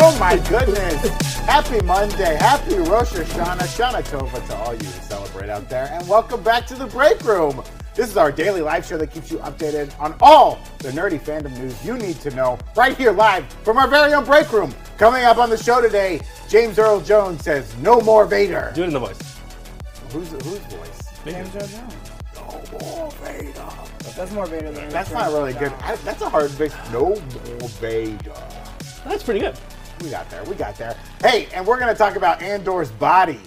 Oh, my goodness. Happy Monday. Happy Rosh Hashanah. Shana Tova to all you who celebrate out there. And welcome back to the break room. This is our daily live show that keeps you updated on all the nerdy fandom news you need to know right here live from our very own break room. Coming up on the show today, James Earl Jones says, No more Vader. Do it in the voice. Who's, whose voice? Thank you. No more Vader. That's more Vader than That's not really good. I, that's a hard fix. No more Vader. That's pretty good. We got there. We got there. Hey, and we're going to talk about Andor's body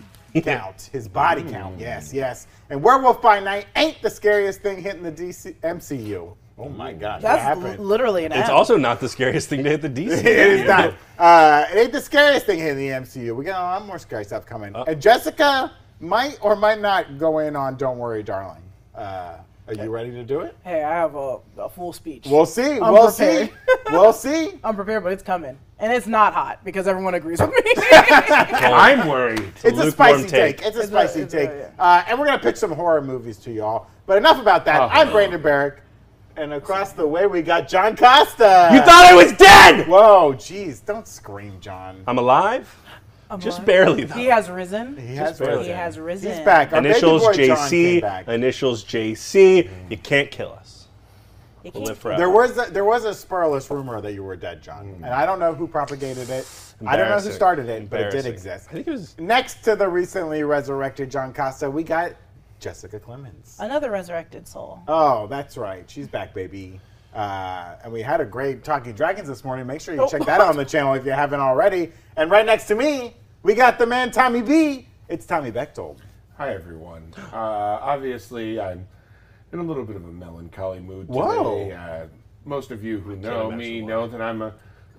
count. His body Mm. count. Yes, yes. And Werewolf by Night ain't the scariest thing hitting the DC MCU. Oh my God, that That's l- happened. literally an It's ad. also not the scariest thing to hit the DC. it is not. Uh, it ain't the scariest thing hitting the MCU. We got a lot more scary stuff coming. Uh. and Jessica might or might not go in on "Don't Worry, Darling." Uh, are you ready to do it? Hey, I have a, a full speech. We'll see. I'm we'll prepared. see. we'll see. I'm prepared, but it's coming, and it's not hot because everyone agrees with me. I'm worried. It's a spicy take. It's a It's a- spicy it's a- take. yeah. uh, and we're going to pitch some horror movies to y'all. But enough about that. Oh. I'm Brandon Barrick. And across the way, we got John Costa. You thought I was dead! Whoa, jeez. Don't scream, John. I'm alive? I'm Just like- barely, though. He has risen. He has barely. risen. He has risen. He's back. Our Initials baby boy John came JC. back. Initials JC. You can't kill us. We'll You can't- live forever. There was a, there was a spurless rumor that you were dead, John, and I don't know who propagated it. I don't know who Hmm. Embarrassing. started it, but it did Embarrassing. exist. I think it was- next to the recently resurrected John Costa. We got Jessica Clemens. Another resurrected soul. Oh, that's right. She's back, baby. Uh, and we had a great Talking Dragons this morning. Make sure you Oh. check that out on the channel if you haven't already. And right next to me, we got the man Tommy B. It's Tommy Bechtold. Hi, everyone. Uh, obviously, I'm in a little bit of a melancholy mood Whoa. today. Uh, most of you who know imagine me why. know that I'm a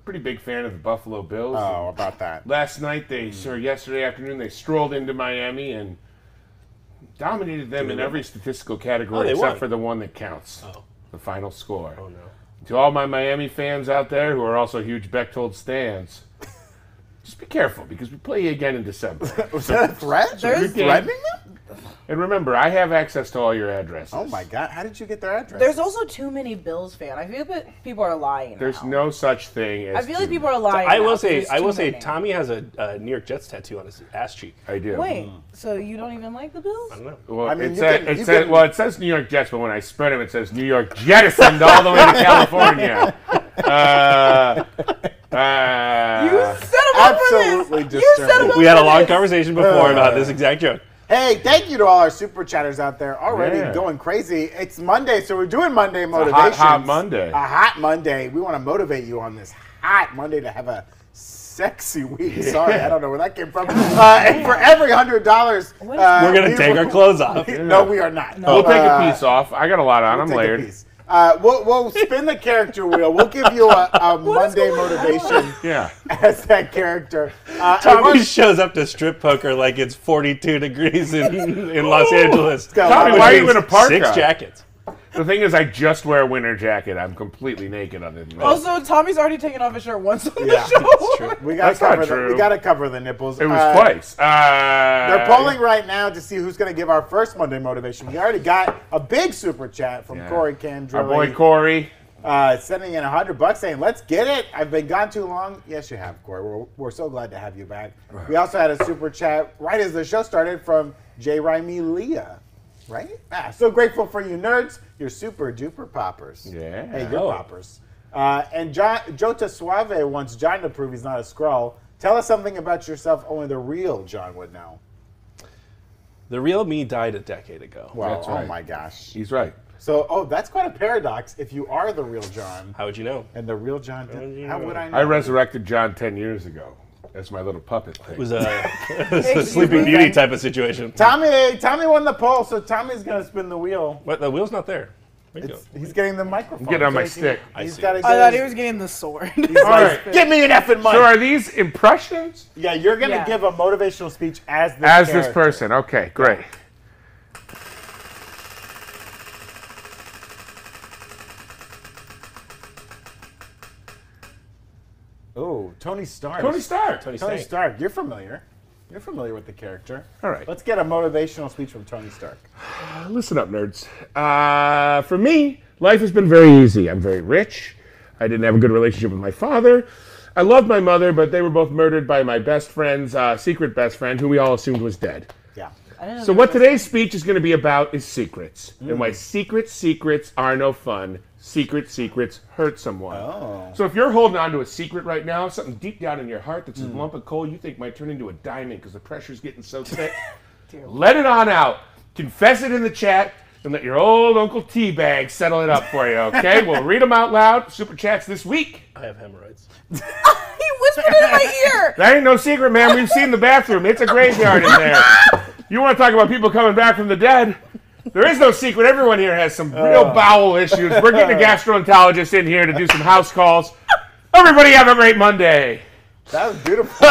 pretty big fan of the Buffalo Bills. Oh, about that. Last night, they, Hmm. or yesterday afternoon, they strolled into Miami and dominated them in every statistical Oh, category they except won. for the one that counts the final score. Oh, no. To all my Miami fans out there who are also huge Bechtold stands, just be careful because we play you again in December. Was that a threat? There's- You're threatening them? and remember, I have access to all your addresses. Oh my God! How did you get their address? There's also too many Bills fan. I feel that people are lying. There's now. no such thing as. I feel too like people are lying. I now will because say, there's I too will say, many. Tommy has a uh, New York Jets tattoo on his ass cheek. I do. Wait, so you don't even like the Bills? I don't know. Well, I mean, it, you said, can- you it, said, can- well it says New York Jets, but when I spread them, it says New York jettisoned all the way to California. Uh, uh, you set him up for this. absolutely You set him disturbing. up We had a long for this. conversation before about Uh, this exact joke. Hey, thank you to all our super chatters out there already Yeah. going crazy. It's Monday, so we're doing Monday motivation. hot, hot Monday. A hot Monday. We want to motivate you on this hot Monday to have a sexy week. Sorry, I don't know where that came from. Uh, and for every hundred dollars, uh, What is- We're gonna take our clothes off. No, we are not. We'll take a Uh, piece off. I got a lot on. we'll I'm take a layered. piece. Uh, we'll, we'll spin the character wheel. We'll give you a, a Monday going on? motivation Yeah. as that character. Uh, and Tommy we're- shows up to strip poker like it's 42 degrees in, in Los Angeles. got a lot Which of- Why are you means in a parka? Six jackets. The thing is, I just wear a winter jacket. I'm completely naked other than that. Also, Tommy's already taken off his shirt once on Yeah, the show. That's true. we gotta That's not cover the, true. we gotta cover the nipples. it was Uh, twice. Uh, They're polling right now to see who's going to give our first Monday motivation. We already got a big super chat from Yeah. Corey Candrilli. Our boy Corey. uh, sending in a hundred bucks saying, "Let's get it." I've been gone too long. Yes, you have, Corey. We're, we're so glad to have you back. We also had a super chat right as the show started from J. Raimi Leah. Right? Ah, so grateful for you nerds. You're super duper poppers. Yeah. Hey, you're Oh. poppers. Uh, and John, Jota Suave wants John to prove he's not a scroll. Tell us something about yourself only the real John would know. The real me died a decade ago. Wow. That's Oh right. my gosh. He's right. So, oh, that's quite a paradox. If you are the real John How would you know? and the real John, would you how know? would I know? I resurrected John 10 years ago. That's my little puppet thing. It was a, it was a Sleeping Beauty type of situation. Tommy, Tommy won the poll, so Tommy's gonna spin the wheel. What? The wheel's not there. Where'd it go? It's, he's getting the microphone. Get on my So he- stick. I He's see. got to. I thought he was getting the sword. All right. Give me an effing mic. So are these impressions? Yeah, you're gonna Yeah. give a motivational speech as this. As this character. person. Okay, great. Ooh, Tony Stark. Tony Stark. Tony Tony Stank. Stark. You're familiar. You're familiar with the character. All right. Let's get a motivational speech from Tony Stark. Listen up, nerds. Uh, for me, life has been very easy. I'm very rich. I didn't have a good relationship with my father. I loved my mother, but they were both murdered by my best friend's uh, secret best friend, who we all assumed was dead. Yeah. So what today's speech is going to be about is secrets and why secret secrets are no fun. Secret secrets hurt someone. Oh. So if you're holding on to a secret right now, something deep down in your heart that's a lump of coal you think might turn into a diamond because the pressure's getting so thick, let it on out. Confess it in the chat and let your old Uncle Teabag settle it up for you, okay? we'll read them out loud. Super chats this week. I have hemorrhoids. He whispered it in my ear. That ain't no secret, man. We've seen the bathroom. It's a graveyard in there. You want to talk about people coming back from the dead? There is no secret. Everyone here has some real bowel issues. We're getting a gastroenterologist in here to do some house calls. Everybody have a great Monday. That was beautiful.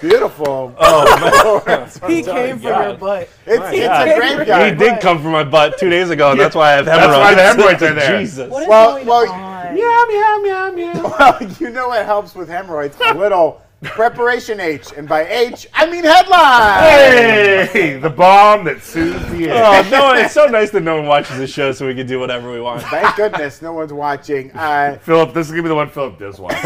beautiful. Oh, He came from your butt. It's, it's a great guy. He did come from my butt two days ago, and that's why I have hemorrhoids. why the hemorrhoids are there. Jesus. What is Well, going well, on? Meow, meow, meow, meow. Well, you know what helps with hemorrhoids? A little preparation H. And by H, I mean headline. Hey, the bomb that soothes the air. Oh, no, it's so nice that no one watches the show so we can do whatever we want. Thank goodness no one's watching. Uh, Philip, this is going to be the one Philip does watch.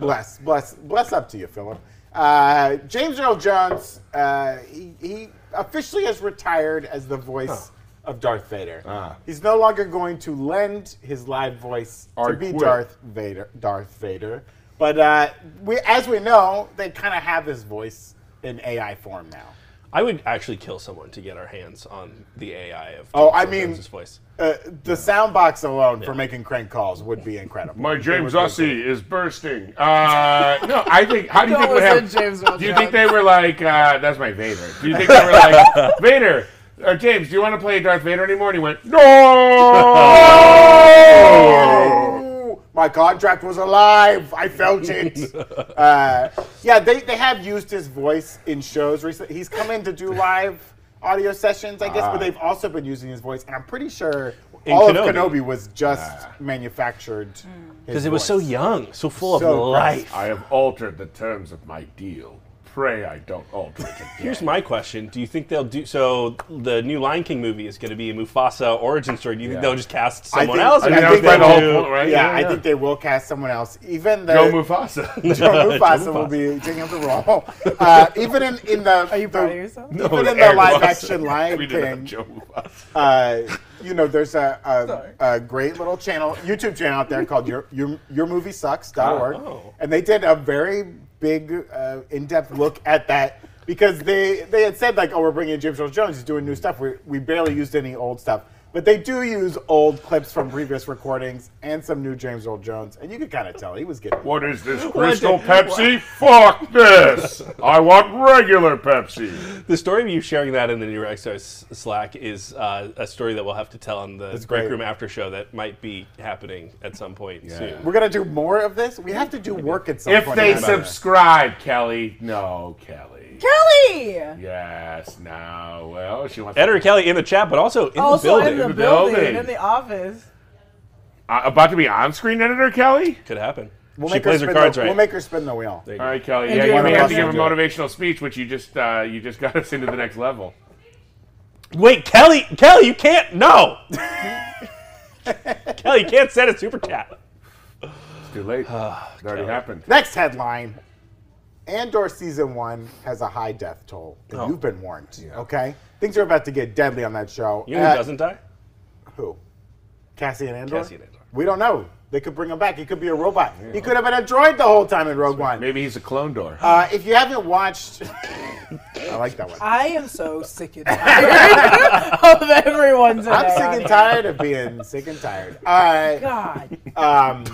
bless, bless, bless up to you, Philip. Uh, James Earl Jones, uh, he, he officially has retired as the voice of Darth Vader. Ah. He's no longer going to lend his live voice Or to be quit. Darth Vader. Darth Vader, but uh, we, as we know, they kind of have his voice in AI form now. I would actually kill someone to get our hands on the AI of Oh, I Tom mean- Jones's voice. Uh, the sound box alone for making crank calls would be incredible. My James Ussey is bursting. Uh, no, I think. How do you Don't think would listen, have? James Earl Do you Jones. think they were like, uh, that's my Vader? Do you think they were like, Vader, or James, do you want to play Darth Vader anymore? And he went, no! Ooh, Oh, My contract was alive. I felt it. uh, yeah, they, they have used his voice in shows recently. He's come in to do live audio sessions, I guess, but they've also been using his voice. And I'm pretty sure In all of Kenobi. Kenobi was just manufactured. Because Mm. Because it was so young, so full So of life. I have altered the terms of my deal. Pray I don't alter it again. Here's my question: Do you think they'll do so? The new Lion King movie is going to be a Mufasa origin story. Do you think Yeah. they'll just cast I someone think- else? I or do think that you was they'll my whole do- point, right? Yeah, Yeah, I think they will cast someone else. Even the Joe Mufasa. Joe Mufasa will be taking up the role. Uh, even in, in the, Are you the- proud of yourself? even No, in the Eric live wasn't. action Lion we did have King, Joe Mufasa. uh, you know, there's a, a, a great little channel, YouTube channel out there called Your Your, Your Movie Sucks.org, Oh. and they did a very big, uh, in-depth look at that because they they had said like, oh, we're bringing in James Earl Jones, he's doing new stuff. We we barely used any old stuff. But they do use old clips from previous recordings and some new James Earl Jones, and you could kind of tell he was getting What is this crystal Pepsi? Fuck this! I want regular Pepsi. The story of you sharing that in the new XR s- Slack is uh, a story that we'll have to tell on the break great. room after show that might be happening at some point soon. We're gonna do more of this. We have to do work at some If point. they in time. subscribe, Kelly. No, Kelly. Kelly! Yes. No. Well, she wants. Edgar Kelly in the chat, but also in also the in building. the the building, building. in the office. Uh, about to be on-screen editor, Kelly. Could happen. We'll she make plays her spin cards the, right. We'll make her spin the wheel. you All right, Kelly. And Yeah, do you it may on have to give a Russell. motivational speech, which you just uh, you just got us into the next level. Wait, Kelly, Kelly, you can't. No, Kelly, you can't send a super chat. It's too late. it already happened. Next headline: Andor season one has a high death toll. And Oh. You've been warned. Okay, things are about to get deadly on that show. You know who Uh, doesn't die? Who? Cassian Andor. Cassian Andor. We don't know. They could bring him back. He could be a robot. He could have been a droid the whole time in Rogue One. Maybe he's a clone door. Uh, if you haven't watched, I like that one. I am so sick and tired of everyone today. I'm sick and tired of being sick and tired. Uh, God. um,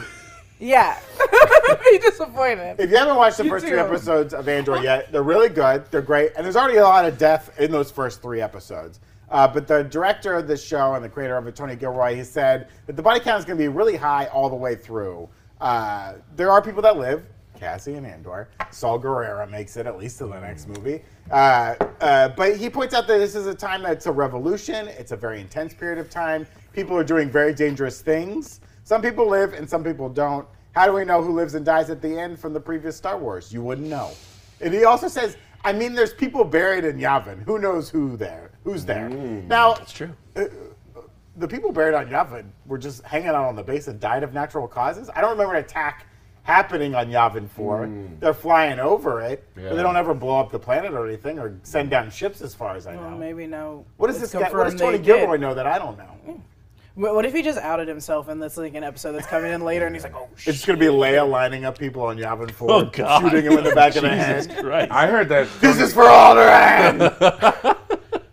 Yeah. Be disappointed. If you haven't watched the You first too. three episodes of Andor yet, they're really good. They're great, and there's already a lot of death in those first three episodes. Uh, but the director of the show and the creator of it, Tony Gilroy, he said that the body count is going to be really high all the way through. Uh, there are people that live. Cassie and Andor. Saul Guerrero makes it at least to the next Mm. movie. Uh, uh, but he points out that this is a time that's a revolution. It's a very intense period of time. People are doing very dangerous things. Some people live and some people don't. How do we know who lives and dies at the end from the previous Star Wars? You wouldn't know. And he also says, I mean, there's people buried in Yavin. Who knows who there? Who's there? now, It's Mm, true. the people buried on Yavin were just hanging out on the base and died of natural causes. I don't remember an attack happening on Yavin 4. Mm. They're flying over it, but Yeah. they don't ever blow up the planet or anything or send down ships, as far as I know. Well, maybe no. What does this it's guy? What does confirmed Tony they Gilroy did. Oh, know that I don't know? Wh- What if he just outed himself in this like an episode that's coming in later, and he's like, "Oh shit." It's just gonna be Leia lining up people on Yavin Four, Oh, God. shooting him in the back of the head. Right. I heard that. This is for Alderaan.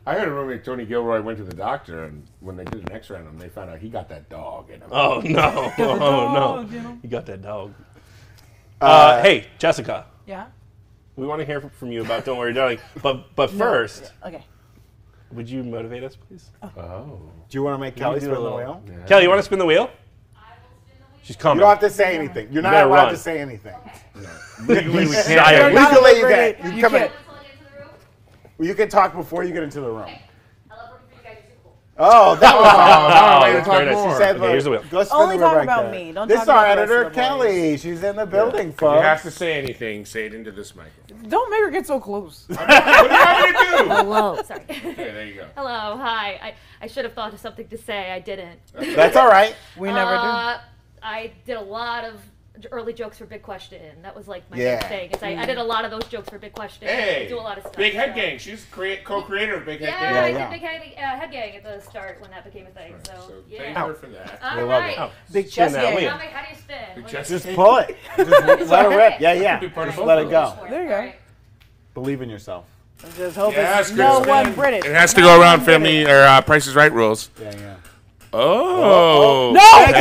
I heard a roommate Tony Gilroy went to the doctor, and when they did an X-ray on him, they found out he got that dog in him. Oh no! Oh dog, no! you know? You got that dog. Uh, hey, Jessica, Yeah. we want to hear from you about "Don't Worry, Darling." But but first, Okay. would you motivate us, please? Uh, Oh. Do you want to make Kelly do spin a the little- wheel? Kelly, you want to spin the wheel? She's You coming. don't have to say anything. You're not better allowed run. to say anything. Legally We silent. You're not can let you allowed to that. You You come in. can't. Well, You can talk before you get into the room. I love working for you guys. You're too cool. Oh, that was Oh, now we're ready to that's talk very nice. more. She said, Okay, here's the wheel. Go spin Only the wheel talk right about there. me. Don't this talk is our about the rest editor, of the boys. Kelly. She's in the building, If you folks. have to say anything, say it into this microphone. Don't make her get so close. what am I gonna do? Hello. Sorry. Okay, there you go. Hello. Hi. I, I should have thought of something to say. I didn't. That's all right. We never do. Uh, I did a lot of early jokes for Big Question. That was like my Yeah. big thing. It's I, I did a lot of those jokes for Big Question. Hey, I do a lot of stuff. Big Head so. Gang. She's crea- co-creator of Big Yeah, Head I Gang. did yeah. Big Head, uh, head Gang at the start when that became a thing. So, So thank yeah. Uh, her for that. All Oh, We love right. it. Big Spin chest that game. wheel. Dominic, how do you spin? What do you- Just Just pull it. Just let it rip. Yeah, Be yeah. part of Just both let of it those. go. There you go. All right. Believe in yourself. Just hope Yes, it's no Chris. one British. It has to go around family or uh, Price is Right rules. Yeah, yeah. Oh. No, what did I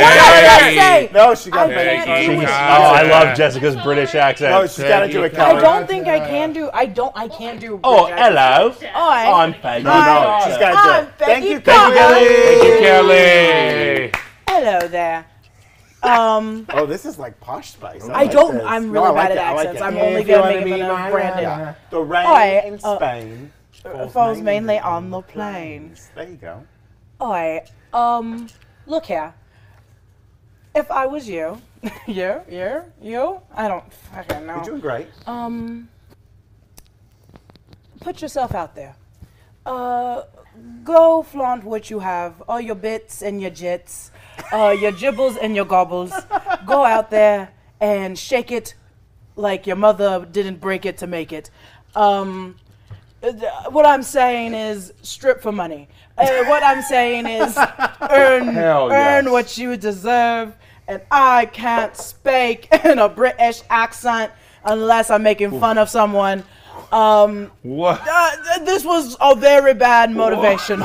Hey. say? No, she got I it. can't Hey, do Jeez. Jessica. Oh, it. I love Jessica's British No, accent. Oh, she's got to do it, I Kelly. don't think I can do. I don't. I can't do. Oh, British accent. hello. Hi. I'm Peggy. No, no, she's got to do I'm it. Thank Becky you, Kelly. Thank you, Kelly. Hello there. Um, Oh, this is like posh spice. I like don't- this. No, I'm really I like bad at it. I like accents. it. I'm If only you good at wanna making be fun of my Brandon. lover. The rain Oi, in uh, Spain falls, falls mainly on the plains. There you go. Oi, um, look here. If I was you, you, you, you, I don't fucking You're know. doing great. Um, put yourself out there. Uh, go flaunt what you have, all your bits and your jits, uh, your gibbles and your gobbles. Go out there and shake it like your mother didn't break it to make it. Um, uh, what I'm saying is strip for money. Uh, what I'm saying is earn Hell earn yes. what you deserve. And I can't speak in a British accent unless I'm making fun of someone. Um, What? uh, th- this was a very bad motivation.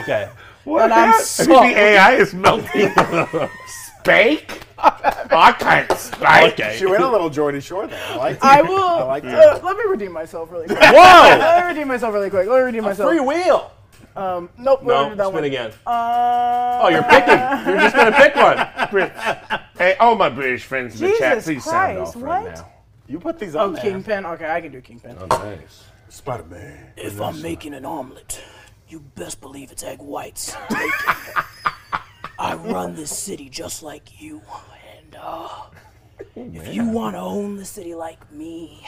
Okay. What? And I'm happened? sorry. The AI is melting. Spake? I can't spake. Okay. She went a little Jordy Shore there. I like I will. I like uh, that. let me redeem myself really quick. Whoa! let me redeem myself really quick. Let me redeem myself. Free wheel. Um, nope. we No, already did that spin one. again. Uh, Oh, you're picking. You're just gonna pick one. Hey, all my British friends in the chat, Jesus please sound Christ, off right what? now. You put these Oh, on there. Kingpin. Okay, I can do Kingpin. Oh, nice. Spider Man. If I'm making an omelet, you best believe it's egg whites. I run this city just like you, and uh, if you want to own the city like me,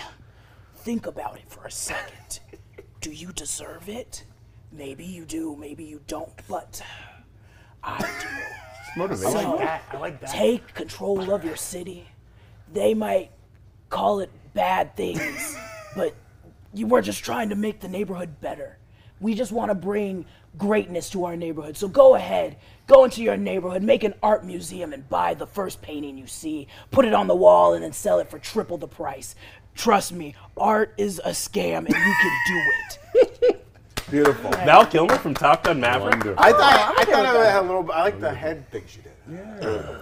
think about it for a second. Do you deserve it? Maybe you do, maybe you don't, but I do. Motivation. Take control of your city. They might call it bad things, but you were just trying to make the neighborhood better. We just want to bring greatness to our neighborhood. So go ahead, go into your neighborhood, make an art museum, and buy the first painting you see. Put it on the wall and then sell it for triple the price. Trust me, art is a scam, and you can do it. Beautiful. Val Kilmer from Top Gun Maverick. Wonderful. I thought I thought I had a little. I like the head thing she did.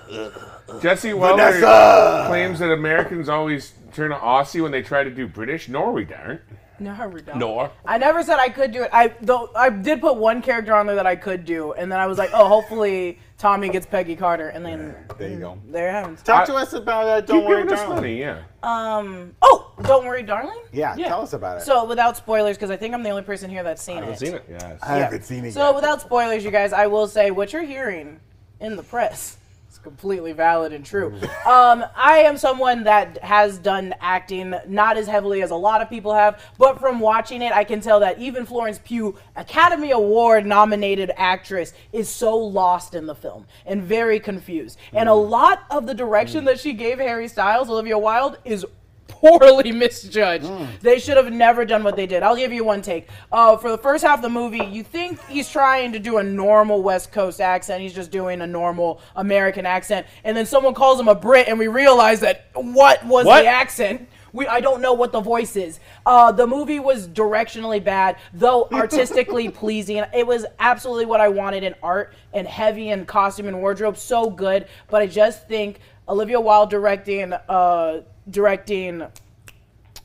Jesse Weller claims that Americans always turn to Aussie when they try to do British. Nor we don't. No, we don't. Nor. I never said I could do it. I though I did put one character on there that I could do, and then I was like, oh, hopefully Tommy gets Peggy Carter, and then There you go. there it happens. Talk I- to us about uh, Don't Keep Worry, giving us Darling. money, yeah. Um. Oh, don't worry, darling. Yeah, tell us about it. So without spoilers, because I think I'm the only person here that's seen it. Seen it. Yes. I haven't seen it So yet. without spoilers, you guys, I will say what you're hearing in the press It's completely valid and true. Um, I am someone that has done acting not as heavily as a lot of people have, but from watching it, I can tell that even Florence Pugh, Academy Award nominated actress, is so lost in the film and very confused. And a lot of the direction that she gave Harry Styles, Olivia Wilde, is poorly misjudged. They should have never done what they did. I'll give you one take. Uh, for the first half of the movie, you think he's trying to do a normal West Coast accent. He's just doing a normal American accent, and then someone calls him a Brit, and we realize that what was What? the accent? We, I don't know what the voice is. Uh, the movie was directionally bad, though artistically pleasing. It was absolutely what I wanted in art and heavy and costume and wardrobe, so good. But I just think Olivia Wilde directing, uh, directing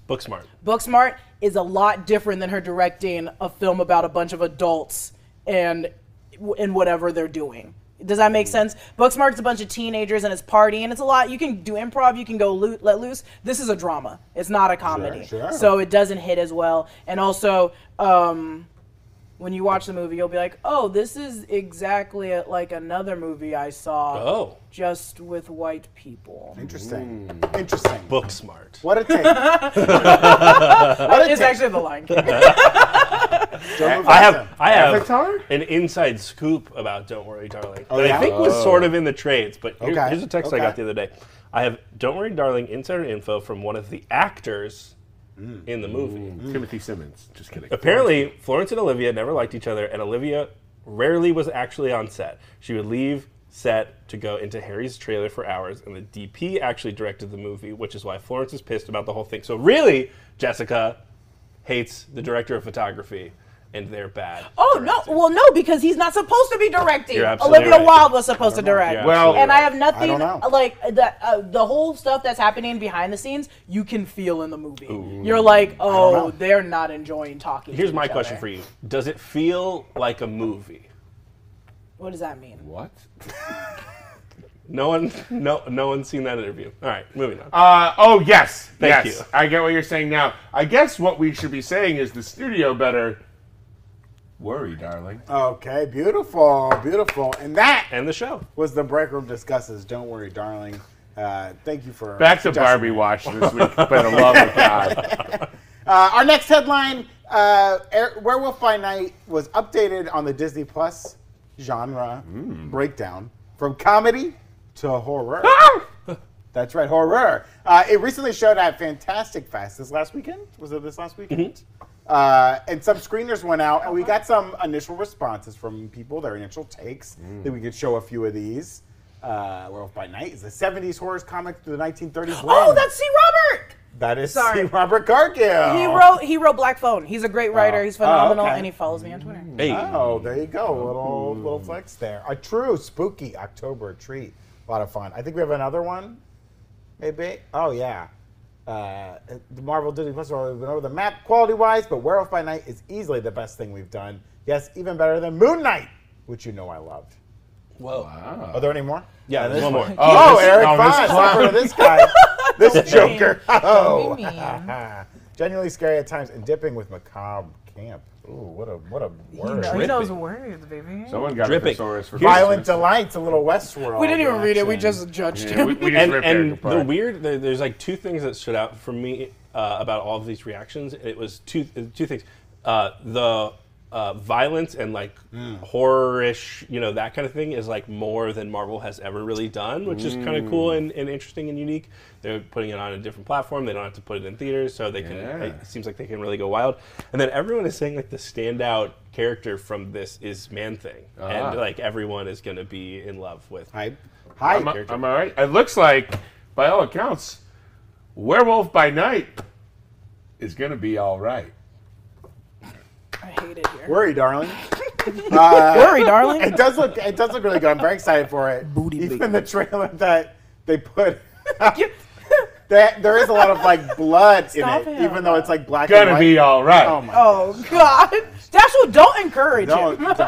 Book smart. Booksmart is a lot different than her directing a film about a bunch of adults and and whatever they're doing. Does that make sense? Booksmart's a bunch of teenagers and it's party and it's a lot. You can do improv, you can go loo- let loose. This is a drama. It's not a comedy, sure. so it doesn't hit as well. And also, um, when you watch the movie, you'll be like, "Oh, this is exactly like another movie I saw, Oh, just with white people." Interesting. Interesting. book smart. What a take. what a It's take. actually the Lion King. Don't move I on have to- I have Avatar? an inside scoop about Don't Worry Darling that Oh, yeah? I think was sort of in the trades, but here- Okay. here's a text I Okay. got the other day. I have Don't Worry Darling insider info from one of the actors Mm. in the movie. Timothy Simmons. Just kidding. Apparently, Florence and Olivia never liked each other, and Olivia rarely was actually on set. She would leave set to go into Harry's trailer for hours, and the DP actually directed the movie, which is why Florence is pissed about the whole thing. So, really, Jessica hates the director of photography, and they're bad. Oh no! Well, no, because he's not supposed to be directing. You're absolutely Olivia right. Wilde was supposed to direct. You're Well- absolutely and I right. have nothing I don't know. like the uh, the whole stuff that's happening behind the scenes. You can feel in the movie. You're like, oh, know. they're not enjoying talking. Here's my question for you Does it feel like a movie? What does that mean? What? No one, no, no one's seen that interview. All right, moving on. Uh, oh, yes. Thank yes. you. I get what you're saying now. I guess what we should be saying is the studio better worry, darling. Uh, Okay, beautiful, beautiful. And that and the show. was the break room discusses. Don't worry, darling. Uh, thank you for Back to suggesting Barbie watch this week, but I love of God. Uh, our next headline: uh, Air- Werewolf by Night was updated on the Disney Plus genre Hmm. breakdown from comedy to horror. Ah! That's right, horror. Uh, it recently showed at Fantastic Fest this last weekend. Was it this last weekend? Mm-hmm. Uh, and some screeners went out, Oh, and we got some initial responses from people, their initial takes. Hmm. That we could show a few of these. Uh, Werewolf by Night is a '70s horror comic through the 1930s. Oh, lens. that's C. Robert. that is sorry. C. Robert Cargill. He wrote he wrote Black Phone. He's a great writer. He's Oh, phenomenal, okay. and he follows me on Twitter. Hey, Oh, there you go. Little little flex there. A true spooky October treat. A lot of fun. I think we have another one. Maybe. Oh yeah. Uh, the Marvel Disney Plus we've been over the map quality wise, but Werewolf by Night is easily the best thing we've done. Yes, even better than Moon Knight, which you know I loved. whoa. Are there any more? Yeah, there's one more. Oh, this- Eric oh, this Foss, clown. over to this guy, this Joker. Oh. What do you mean? Genuinely scary at times and dipping with macabre camp. Ooh, what a what a word. He knows words, baby. Someone got a Dripping. thesaurus for Violent Christmas. Delights, a little Westworld. We didn't even read it. We action. just judged Yeah, him. we, we just and ripped and Eric the apart. weird there, there's like two things that stood out for me uh, about all of these reactions it was two uh, two things uh, the uh, violence and like Mm. horror-ish you know that kind of thing is like more than marvel has ever really done which is kind of Mm. cool and, and interesting and unique they're putting it on a different platform they don't have to put it in theaters so they can Yeah. it seems like they can really go wild and then everyone is saying like the standout character from this is man thing Ah. and like everyone is going to be in love with Hype. Hype. I'm, I'm all right. It looks like, by all accounts, Werewolf by Night is going to be all right. I hate it here. Worry, darling. Worry, darling. It does look. It does look really good. I'm very excited for it. Booty Even the trailer that they put. there, there is a lot of like blood Stop in it, him. even though it's like black and Gonna white. be all right. Oh my. Oh God, Dashwood, don't encourage No, it. don't.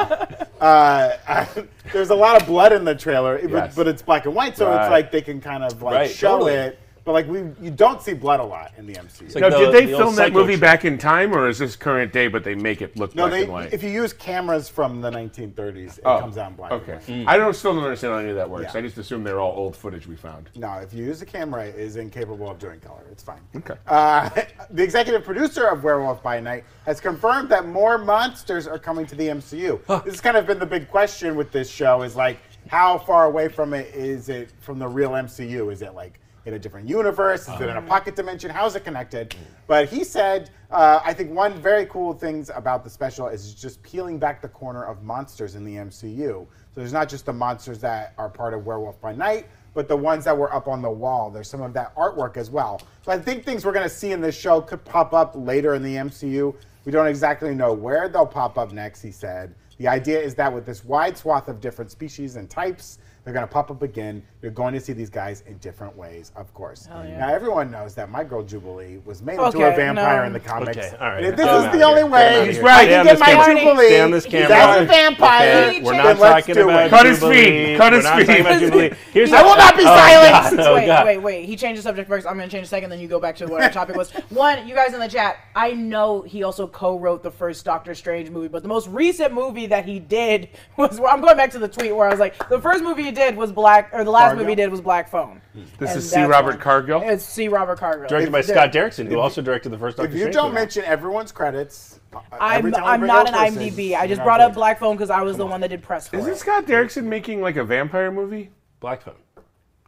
Uh, there's a lot of blood in the trailer, it- Yes. but it's black and white, so it's Right. like they can kind of like Right, show totally. it But like we, you don't see blood a lot in the MCU. It's like Now, the- did they the old film that Psycho movie trick. back in time, or is this current day, but they make it look no, black they, and white? Oh, if you use cameras from the 1930s, it comes out in black. and Okay. white. I don't still don't understand how any of that works. Yeah. I just assume they're all old footage we found. No, if you use the camera, it is incapable of doing color. It's fine. Okay. Uh, the executive producer of Werewolf by Night has confirmed that more monsters are coming to the MCU. This has kind of been the big question with this show is like, how far away from it is it from the real MCU? Is it like in a different universe? Is it in a pocket dimension? How is it connected? But he said, uh, I think one very cool things about the special is just peeling back the corner of monsters in the MCU. So there's not just the monsters that are part of Werewolf by Night, but the ones that were up on the wall. There's some of that artwork as well. So I think things we're going to see in this show could pop up later in the MCU. We don't exactly know where they'll pop up next, he said. The idea is that with this wide swath of different species and types, they're going to pop up again. You're going to see these guys in different ways, of course. Now, everyone knows that my girl Jubilee was made into a Okay, vampire no. in the comics. Okay, all right. And if this Get is him the out of only here. Get him out way of He's here. right. I can Stay on get this my camera. Jubilee, Stay on this camera. that's a vampire. Okay, We're not then let's talking do it. about Cut his Jubilee. feet. Cut his We're not feet. talking about Jubilee. Here's I will not be Oh, God. silenced. Oh, wait, God. wait, wait. He changed the subject first. I'm going to change the second, then you go back to what our topic was. One, you guys in the chat, I know he also co wrote the first Doctor Strange movie, but the most recent movie that he did was, well, I'm going back to the tweet where I was like, the first movie he did was Black, or the last Cargill? movie he did was Black Phone. This And is C. that's Robert one. Cargill. It's C. Robert Cargill. Directed by It's the- Scott Derrickson, who also directed the first Doctor If you Strange don't movie. mention everyone's credits, uh, every I'm, time we I'm bring not up an person, IMDb. I you're just not brought up good. Black Phone because I was the one that did press for Isn't it. Scott Derrickson making like a vampire movie? Black Phone.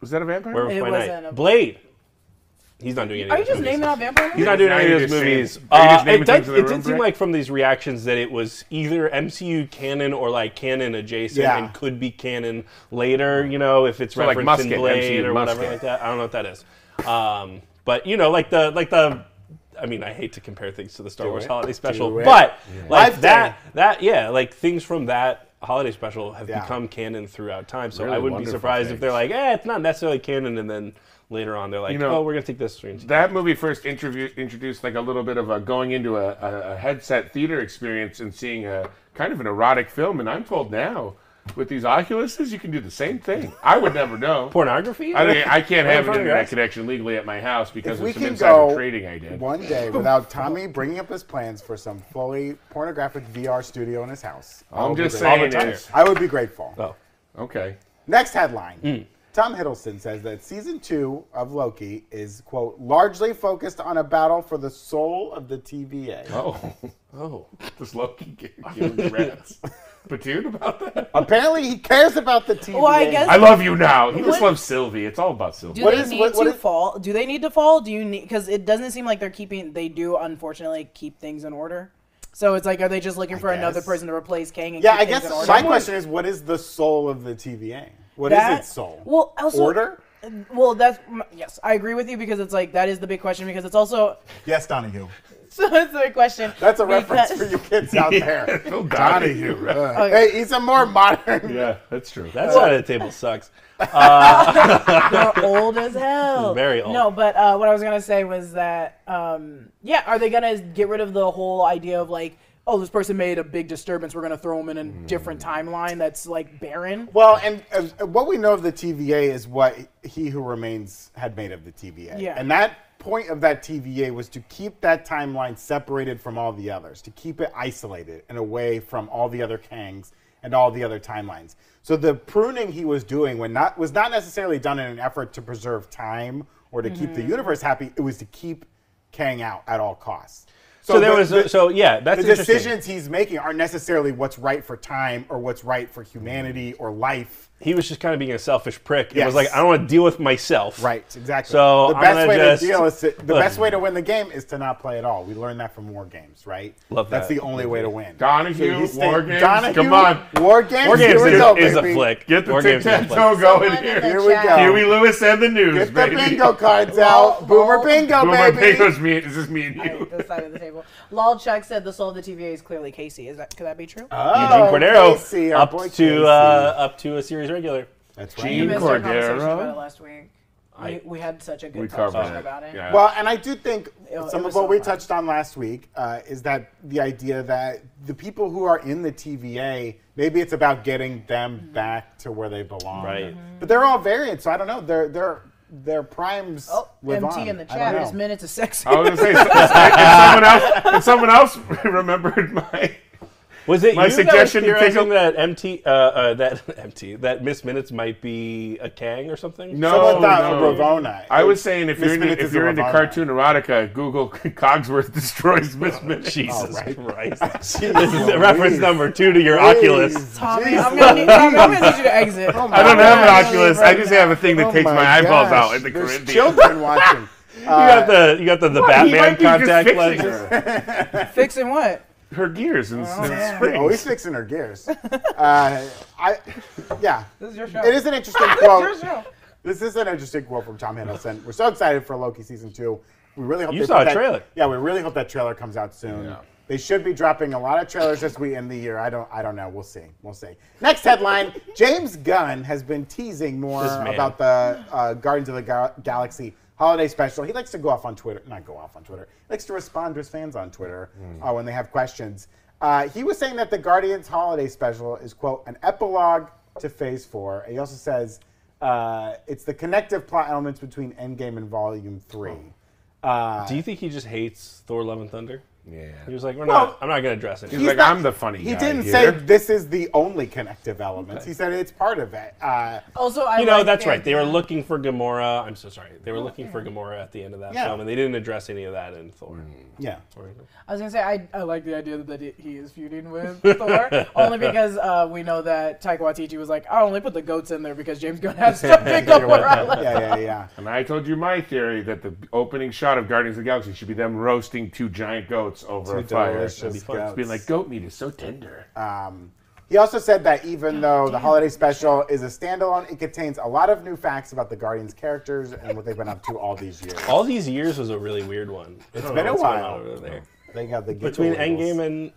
Was that a vampire? Werewolf It by wasn't Night. a- Blade. He's not doing any. Are of you those just movies. naming out vampire He's movies? not doing Now any you're of those just saying- movies. now you're just Uh, naming it does, things in the it room, did seem Brett. like from these reactions that it was either MCU canon or like canon adjacent Yeah. and could be canon later, you know, if it's like referenced Musket, in Blade MCU or whatever Musket. like that. I don't know what that is. Um, but you know, like the like the I mean, I hate to compare things to the Star Wars it. holiday special, Do it. but like Life that Day. that yeah, like things from that holiday special have Yeah. become canon throughout time. So Really I wouldn't be wonderful surprised if they're things. like, eh, it's not necessarily canon and then later on they're like, You know, oh, we're gonna take this screen. That movie first interview, introduced like a little bit of a going into a, a, a headset theater experience and seeing a kind of an erotic film. And I'm told now, with these Oculuses, you can do the same thing. I would never know. Pornography? I, think I can't Right in have an front of your internet eyes. connection legally at my house because If we of some can insider go trading I did. one day without Tommy bringing up his plans for some fully pornographic VR studio in his house, I'm just All the saying time. is, I would be grateful. Oh. okay. Next headline. Hmm. Tom Hiddleston says that season two of Loki is, quote, largely focused on a battle for the soul of the TVA. Oh, Oh. this Loki killing rats. Platoon about that? Apparently, he cares about the TVA. Well, I guess I love you now. He just What- loves Sylvie. It's all about Sylvie. Do What they is- need what- what to is- fall? Do they need to fall? Do you need? Because it doesn't seem like they're keeping. They do unfortunately keep things in order. So it's like, are they just looking for another guess. person to replace Kang? And Yeah, keep I things guess in order? my question is what is the soul of the TVA? What is That- its soul? Well, also Order? Well, that's m- yes, I agree with you because it's like that is the big question because it's also Yes, Donahue. so it's the big question. That's a reference because- for you kids out there. Phil Donahue, right? Uh, hey, he's a more modern. Yeah, that's true. That side of the table sucks. They're old as hell. Very old. No, but uh, what I was gonna say was that um, yeah, are they gonna get rid of the whole idea of like, oh, this person made a big disturbance, we're gonna throw them in a different timeline that's like barren? Well, and uh, what we know of the TVA is what He Who Remains had made of the TVA. Yeah. And that point of that TVA was to keep that timeline separated from all the others, to keep it isolated and away from all the other Kangs and all the other timelines. So the pruning he was doing when not was not necessarily done in an effort to preserve time or to keep the Mm-hmm. universe happy. It was to keep Kang out at all costs. So, there the- was the- so yeah, that's the interesting. decisions he's making aren't necessarily what's right for time or what's right for humanity or life. He was just kind of being a selfish prick. It Yes. was like I don't want to deal with myself. Right, exactly. So the I'm best gonna way just- to deal is to, the Ugh. best way to win the game is to not play at all. We learned that from war games, right? Love That's that. the only way to win. Donahue, he's War staying- Games, Donahue, come on. War games. War games here we is, go, is a baby. flick. Get the War tic games is a tac flick. toe going Someone in here. the Here we chat- go. Huey Lewis and the news, Get the baby. bingo cards Well, out. Boomer well. bingo, Boomer baby. Bingo's me. Is this me and I hate you? this side of the table. Lol Chuck said the soul of the TVA is clearly Casey. Is that could that be true? Oh, Eugene Cordero Casey, our up boy to Casey. uh, up to a series regular. That's Gene right. missed our conversation Cordero? about it last week. we, we had such a good We covered conversation it. about it. Yeah. Well, and I do think It- some it of was what so we fun. touched on last week uh, is that the idea that the people who are in the TVA, maybe it's Mm-hmm. about getting them back to where they belong. Right. But they're all variants, so I don't know. They're they're their primes Oh, live MT on. in the I don't chat know. is minutes of sex. I was gonna say, if someone else, if someone else remembered my. Was it My you that was suggestion to take theorizing a- that MT uh, uh, that MT that Miss Minutes might be a Kang or something? No, Someone thought Oh, no. Ravona. I was saying if Miss you're into, Minutes if is a you're into Ravona. cartoon erotica, Google Cogsworth destroys Miss Minutes. Jesus right. Christ! Jeez this is Louise. reference number two to your Please. Oculus. Tommy, Jesus. I'm gonna, need, Tommy, I'm gonna need you to exit. Oh my I don't have God. an Oculus. I just have a thing that Oh takes my, eyeballs gosh. out at the There's Caribbean. children watching. you got the you got the, the He Batman might be just contact fixing lens. her, Fixing what? her gears and, and yeah. springs. Oh, he's fixing her gears. Uh, I, yeah. This is your show. It is an interesting Your quote. show. This is an interesting quote from Tom Hiddleston. We're so excited for Loki season two. We really hope You they saw put a that, trailer. Yeah, we really hope that trailer comes out soon. Yeah. They should be dropping a lot of trailers as we end the year. I don't. I don't know. We'll see. We'll see. Next headline: James Gunn has been teasing more This man. about the uh, Guardians of the Ga- Galaxy holiday special. He likes to go off on Twitter. Not go off on Twitter. He likes to respond to his fans on Twitter Hmm. uh, when they have questions. Uh, he was saying that the Guardians holiday special is quote an epilogue to Phase Four. He also says uh, it's the connective plot elements between Endgame and Volume Three. Uh, Do you think he just hates Thor: Love and Thunder? Yeah. He was like, we're Well- not. I'm not gonna address it. He's like, I'm the funny He guy didn't here. say this is the only connective elements. He said it's part of it. Uh, Also, I you know, like that's the right. They were idea- looking for Gamora. I'm so sorry. They were looking for Gamora at the end of that Yeah. film, and they didn't address any of that in Thor. yeah. I was gonna say I, I like the idea that it, he is feuding with Thor, only because uh, we know that Taika Waititi was like, I only put the goats in there because James Gunn has to pick up where I left. Yeah, yeah, yeah. And I told you my theory that the opening shot of Guardians of the Galaxy should be them roasting two giant goats over a fire. delicious Just being goats. like, goat meat is so tender. Um, he also said that even though the holiday special is a standalone, it contains a lot of new facts about the Guardians' characters and what they've been up to all these years. All these years was a really weird one. It's been a while. over there. They got the Between giggle rules. Endgame and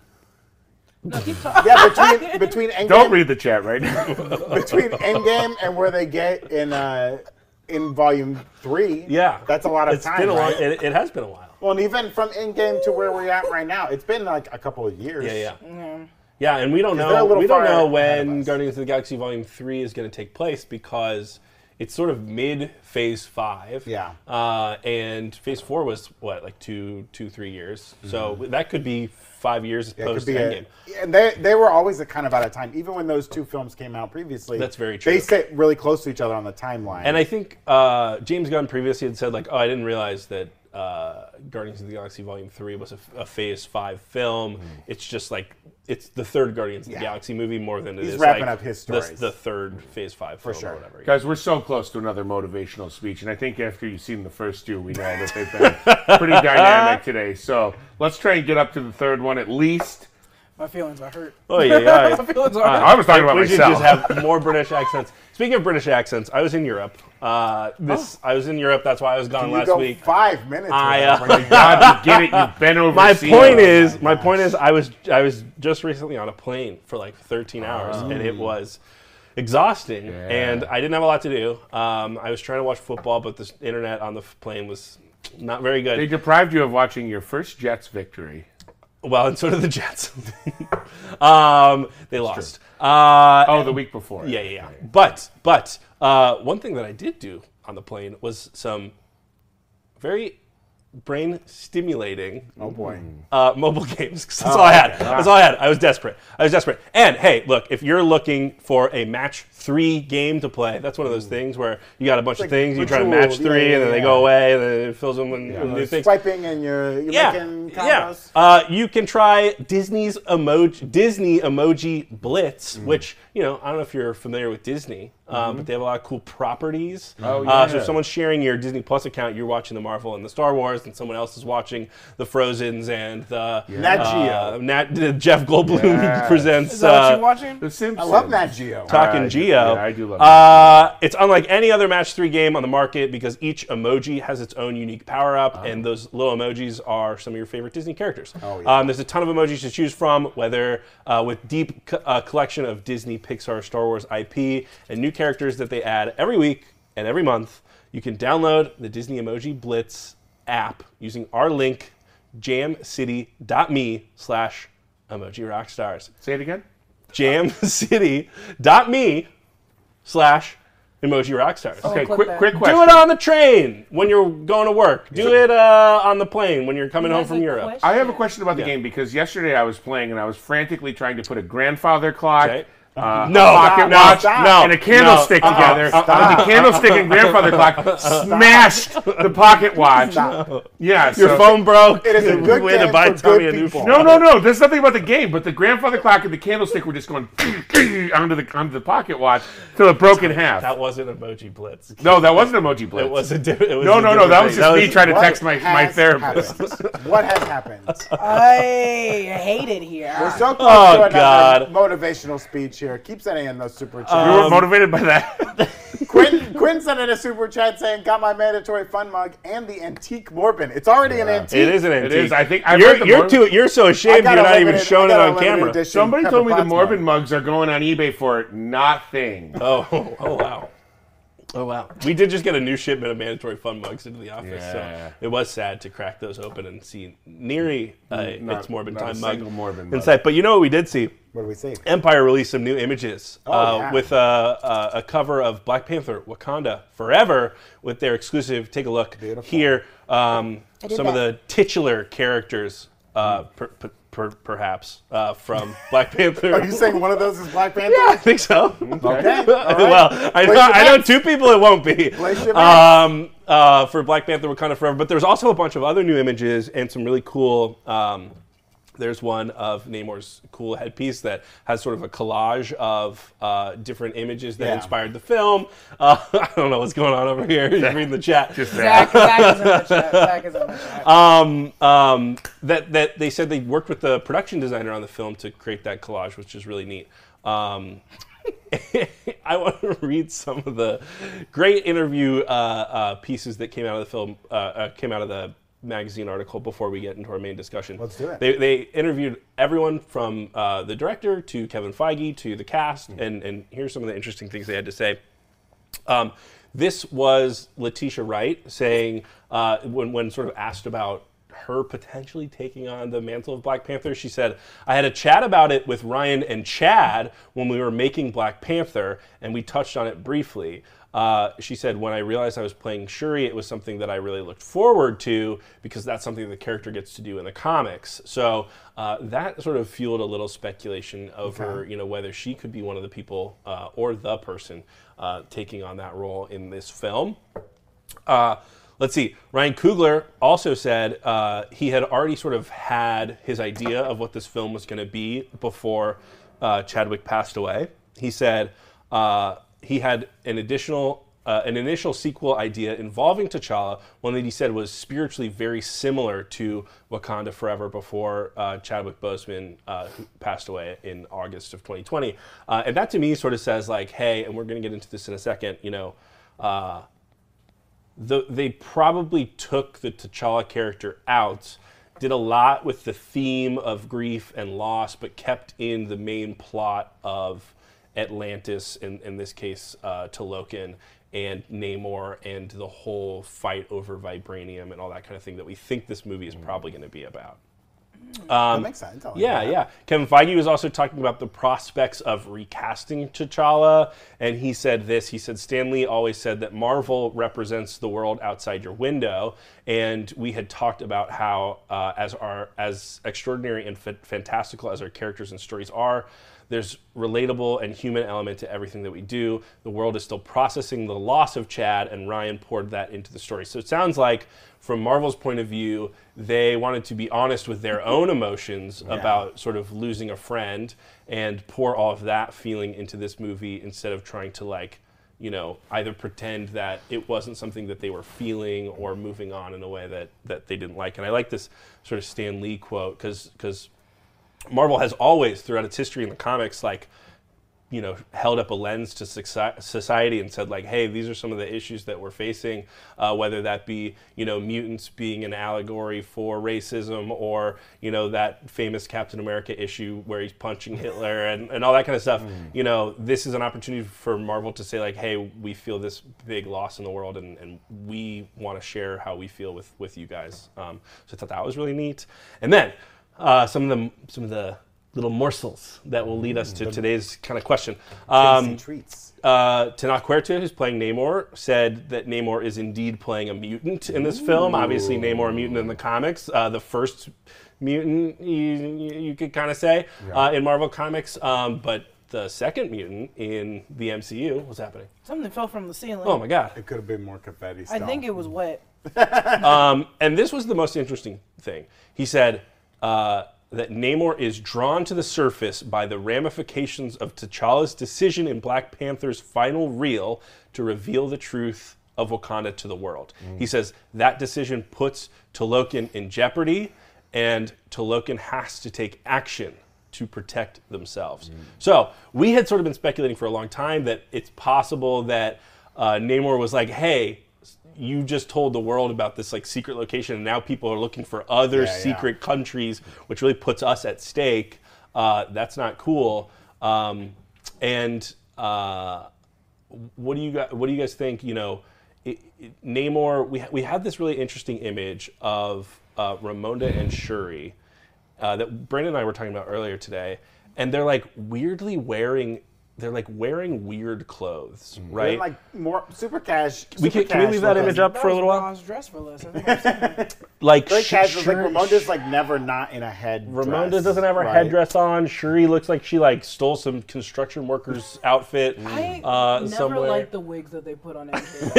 yeah, between between Endgame, Don't read the chat right now. between Endgame and where they get in uh, in Volume Three. yeah, that's a lot of It's time. Been a long, right? it, it has been a while. well, and even from Endgame to where we're at right now, it's been like a couple of years. Yeah, yeah, yeah. And we don't they're a know. little We far don't know ahead of when us. Guardians of the Galaxy Volume Three is going to take place because it's sort of mid Phase Five. Yeah. Uh, and Phase Four was what, like two, two, three years. So that could be five years Mm-hmm. Yeah, it could post be Endgame. a- and they they were always kind of out of time. Even when those two films came out previously, That's very They true. sit really close to each other on the timeline. And I think uh, James Gunn previously had said like, "Oh, I didn't realize that uh, Guardians of the Galaxy Volume Three was a, a Phase Five film. It's just like it's the third Guardians of Mm. Yeah. the Galaxy movie more than it is He's wrapping like, up his the- stories. The, third Phase Five film sure. or whatever. Guys, we're so close to another motivational speech, and I think after you've seen the first two, we know that they've been pretty dynamic today. So let's try and get up to the third one at least. My feelings are hurt. Oh yeah, yeah. My feelings are I hurt. was talking about Uh, we should myself. just have more British accents. Speaking of British accents, I was in Europe. Uh, this I was in Europe. That's why I was gone Oh. you last go week. five minutes. I, without uh, bringing up- God, you get it. You've been over. my point is, my point is, I was I was just recently on a plane for like 13 hours, and it was exhausting, and I didn't have a lot to do. Um, I was trying to watch football, but the internet on the f- plane was not very good. they deprived you of watching your first Jets victory. well, and so did the Jets. um, they lost. Uh, Oh, the week before. Yeah, yeah, yeah. But but uh, one thing that I did do on the plane was some very brain stimulating oh boy. uh, mobile games. 'cause Oh, That's all I had. That's all I had. I was desperate. I was desperate. And hey, look, if you're looking for a match three game to play, that's one of those things where you got a bunch like of things, you try to match ritual, yeah, three, yeah, and then they yeah. go away, and then it fills them with with new things. Swiping and you're, you're Yeah, making yeah. combos. Uh, you can try Disney's emoji, Disney emoji Mm. Blitz, which you know I don't know if you're familiar with Disney, um, but they have a lot of cool properties. Mm-hmm. Oh, Uh, so yeah. if someone's sharing your Disney Plus account, you're watching the Marvel and the Star Wars, and someone else is watching the Frozen's and the Nat uh, Nat, Jeff Goldblum Yes. presents. Is that what uh, you watching? The Simpsons. I love Nat Geo. Talking I do- Geo. yeah, I do love uh, It's unlike any other match three game on the market because each emoji has its own unique power up, and those little emojis are some of your favorite Disney characters. Oh, yeah. um, there's a ton of emojis to choose from, whether uh, with deep co- uh, collection of Disney, Pixar, Star Wars IP, and new characters that they add every week and every month. You can download the Disney Emoji Blitz app using our link, jamcity.me slash emoji rockstars Say it again. jamcity.me slash emoji rock stars. Okay, clip quick, that. quick Do question. Do it on the train when you're going to work. Do it uh, on the plane when you're coming home That's from a Europe. question. I have a question about the game because yesterday I was playing and I was frantically trying to put a grandfather clock. Okay. Uh, No, a pocket no, watch stop. and a candlestick No, uh-uh, together. and the candlestick and grandfather clock smashed the pocket watch. Yeah, Your so- phone broke. It is a good way to game buy for Tommy good a new people. phone. No, no, no. There's nothing about the game, but the grandfather clock and the candlestick were just going onto the onto the pocket watch till it broke in half. That wasn't emoji blitz. no, that wasn't emoji blitz. It was a different. it was No, a no, no. different That was thing. just me trying to What text my, my has therapist. happened? what has happened? I hate it here. So close Oh, to another God. Uh, motivational speech here. Keep sending in those super chats. You were motivated by that. Quinn, Quinn sent in a super chat saying, "Got my mandatory fun mug and the antique Morbin. It's already an antique. It is an antique. is. I think- I read you're the you're Mormon- too. You're so I ashamed. got You're a not even limited- showing I it got a on limited camera. edition Somebody Pepper told me the Potts Morbid mug. mugs are going on eBay for nothing. Oh, oh wow. Oh wow! We did just get a new shipment of mandatory fun mugs into the office, Yeah. so it was sad to crack those open and see nearly a Not- it's morbid not a time single mug Morbid mug. inside. But you know what we did see? What do we see? Empire released some new images Oh, uh, yeah. with uh, uh, a cover of Black Panther Wakanda Forever with their exclusive take a look here. Um, some of the titular characters, uh, per, per, per, perhaps, uh, from Black Panther. Are you saying one of those is Black Panther? Yeah, I think so. Okay. well, I know, your I know bets. two people it won't be. Place your Um, uh, for Black Panther Wakanda Forever, but there's also a bunch of other new images and some really cool. Um, there's one of Namor's cool headpiece that has sort of a collage of uh, different images that Yeah. inspired the film. Uh, I don't know what's going on over here. He's reading the chat. Zach, Zach is in the chat. Zach is in the chat. Um, um, that that they said they worked with the production designer on the film to create that collage, which is really neat. Um, I want to read some of the great interview uh, uh, pieces that came out of the film, uh, uh, came out of the magazine article before we get into our main discussion. Let's do it. They, they interviewed everyone from uh, the director to Kevin Feige to the cast, Hmm. and, and here's some of the interesting things they had to say. Um, this was Letitia Wright saying, uh, when, when sort of asked about her potentially taking on the mantle of Black Panther, she said, I had a chat about it with Ryan and Chad when we were making Black Panther, and we touched on it briefly. Uh, she said, when I realized I was playing Shuri, it was something that I really looked forward to because that's something the character gets to do in the comics. So uh, that sort of fueled a little speculation over, you know, whether she could be one of the people uh, or the person uh, taking on that role in this film. Uh, let's see. Ryan Coogler also said uh, he had already sort of had his idea of what this film was going to be before uh, Chadwick passed away. He said uh, he had an additional. Uh, an initial sequel idea involving T'Challa, one that he said was spiritually very similar to Wakanda Forever before uh, Chadwick Boseman uh, who passed away in August of 2020, uh, and that to me sort of says like, hey, and we're going to get into this in a second. You know, uh, the, they probably took the T'Challa character out, did a lot with the theme of grief and loss, but kept in the main plot of Atlantis, in, in this case, uh, Tolokan and Namor, and the whole fight over vibranium and all that kind of thing that we think this movie is probably going to be about. that makes sense. I like Yeah, yeah. Kevin Feige was also talking about the prospects of recasting T'Challa, and he said this. He said Stanley always said that Marvel represents the world outside your window, and we had talked about how uh, as our as extraordinary and fa- fantastical as our characters and stories are. There's relatable and human element to everything that we do. The world is still processing the loss of Chad, and Ryan poured that into the story. So it sounds like, from Marvel's point of view, they wanted to be honest with their own emotions about sort of losing a friend and pour all of that feeling into this movie instead of trying to like, you know, either pretend that it wasn't something that they were feeling or moving on in a way that that they didn't like. And I like this sort of Stan Lee quote because because Marvel has always, throughout its history in the comics, like, you know, held up a lens to soci- society and said, like, hey, these are some of the issues that we're facing, uh, whether that be, you know, mutants being an allegory for racism or, you know, that famous Captain America issue where he's punching Hitler and, and all that kind of stuff. You know, this is an opportunity for Marvel to say, like, hey, we feel this big loss in the world and, and we want to share how we feel with, with you guys. Um, so I thought that was really neat. And then, uh, some of the some of the little morsels that will lead us to today's kind of question. Tasty Um, treats. uh, Tanakh Huerta, who's playing Namor, said that Namor is indeed playing a mutant in this film. Obviously, Namor a mutant in the comics, uh, the first mutant you, you could kind of say uh, in Marvel comics, um, but the second mutant in the MCU. What's happening? Something fell from the ceiling. Oh my God! It could have been more confetti. I think it was wet. And this was the most interesting thing. He said uh, that Namor is drawn to the surface by the ramifications of T'Challa's decision in Black Panther's final reel to reveal the truth of Wakanda to the world. He says that decision puts Tolokan in jeopardy, and Tolokan has to take action to protect themselves. So we had sort of been speculating for a long time that it's possible that uh, Namor was like, "Hey, you just told the world about this like secret location, and now people are looking for other yeah. secret countries, which really puts us at stake. Uh, that's not cool." Um, and uh, what do you guys, what do you guys think? You know, it, it, Namor. We ha- we have this really interesting image of uh, Ramonda and Shuri uh, that Brandon and I were talking about earlier today, and they're like weirdly wearing they're like wearing weird clothes, right? And like more super cash. Super we can, can we cash leave that looking. image up for a little while? was dressed for less. That's what I'm saying. Like Very Sh- casual. Like Shuri- Ramonda's like never not in a head. Ramonda dress, doesn't have her right? headdress on. Shuri looks like she like stole some construction worker's outfit I uh, never somewhere. liked the wigs that they put on everything.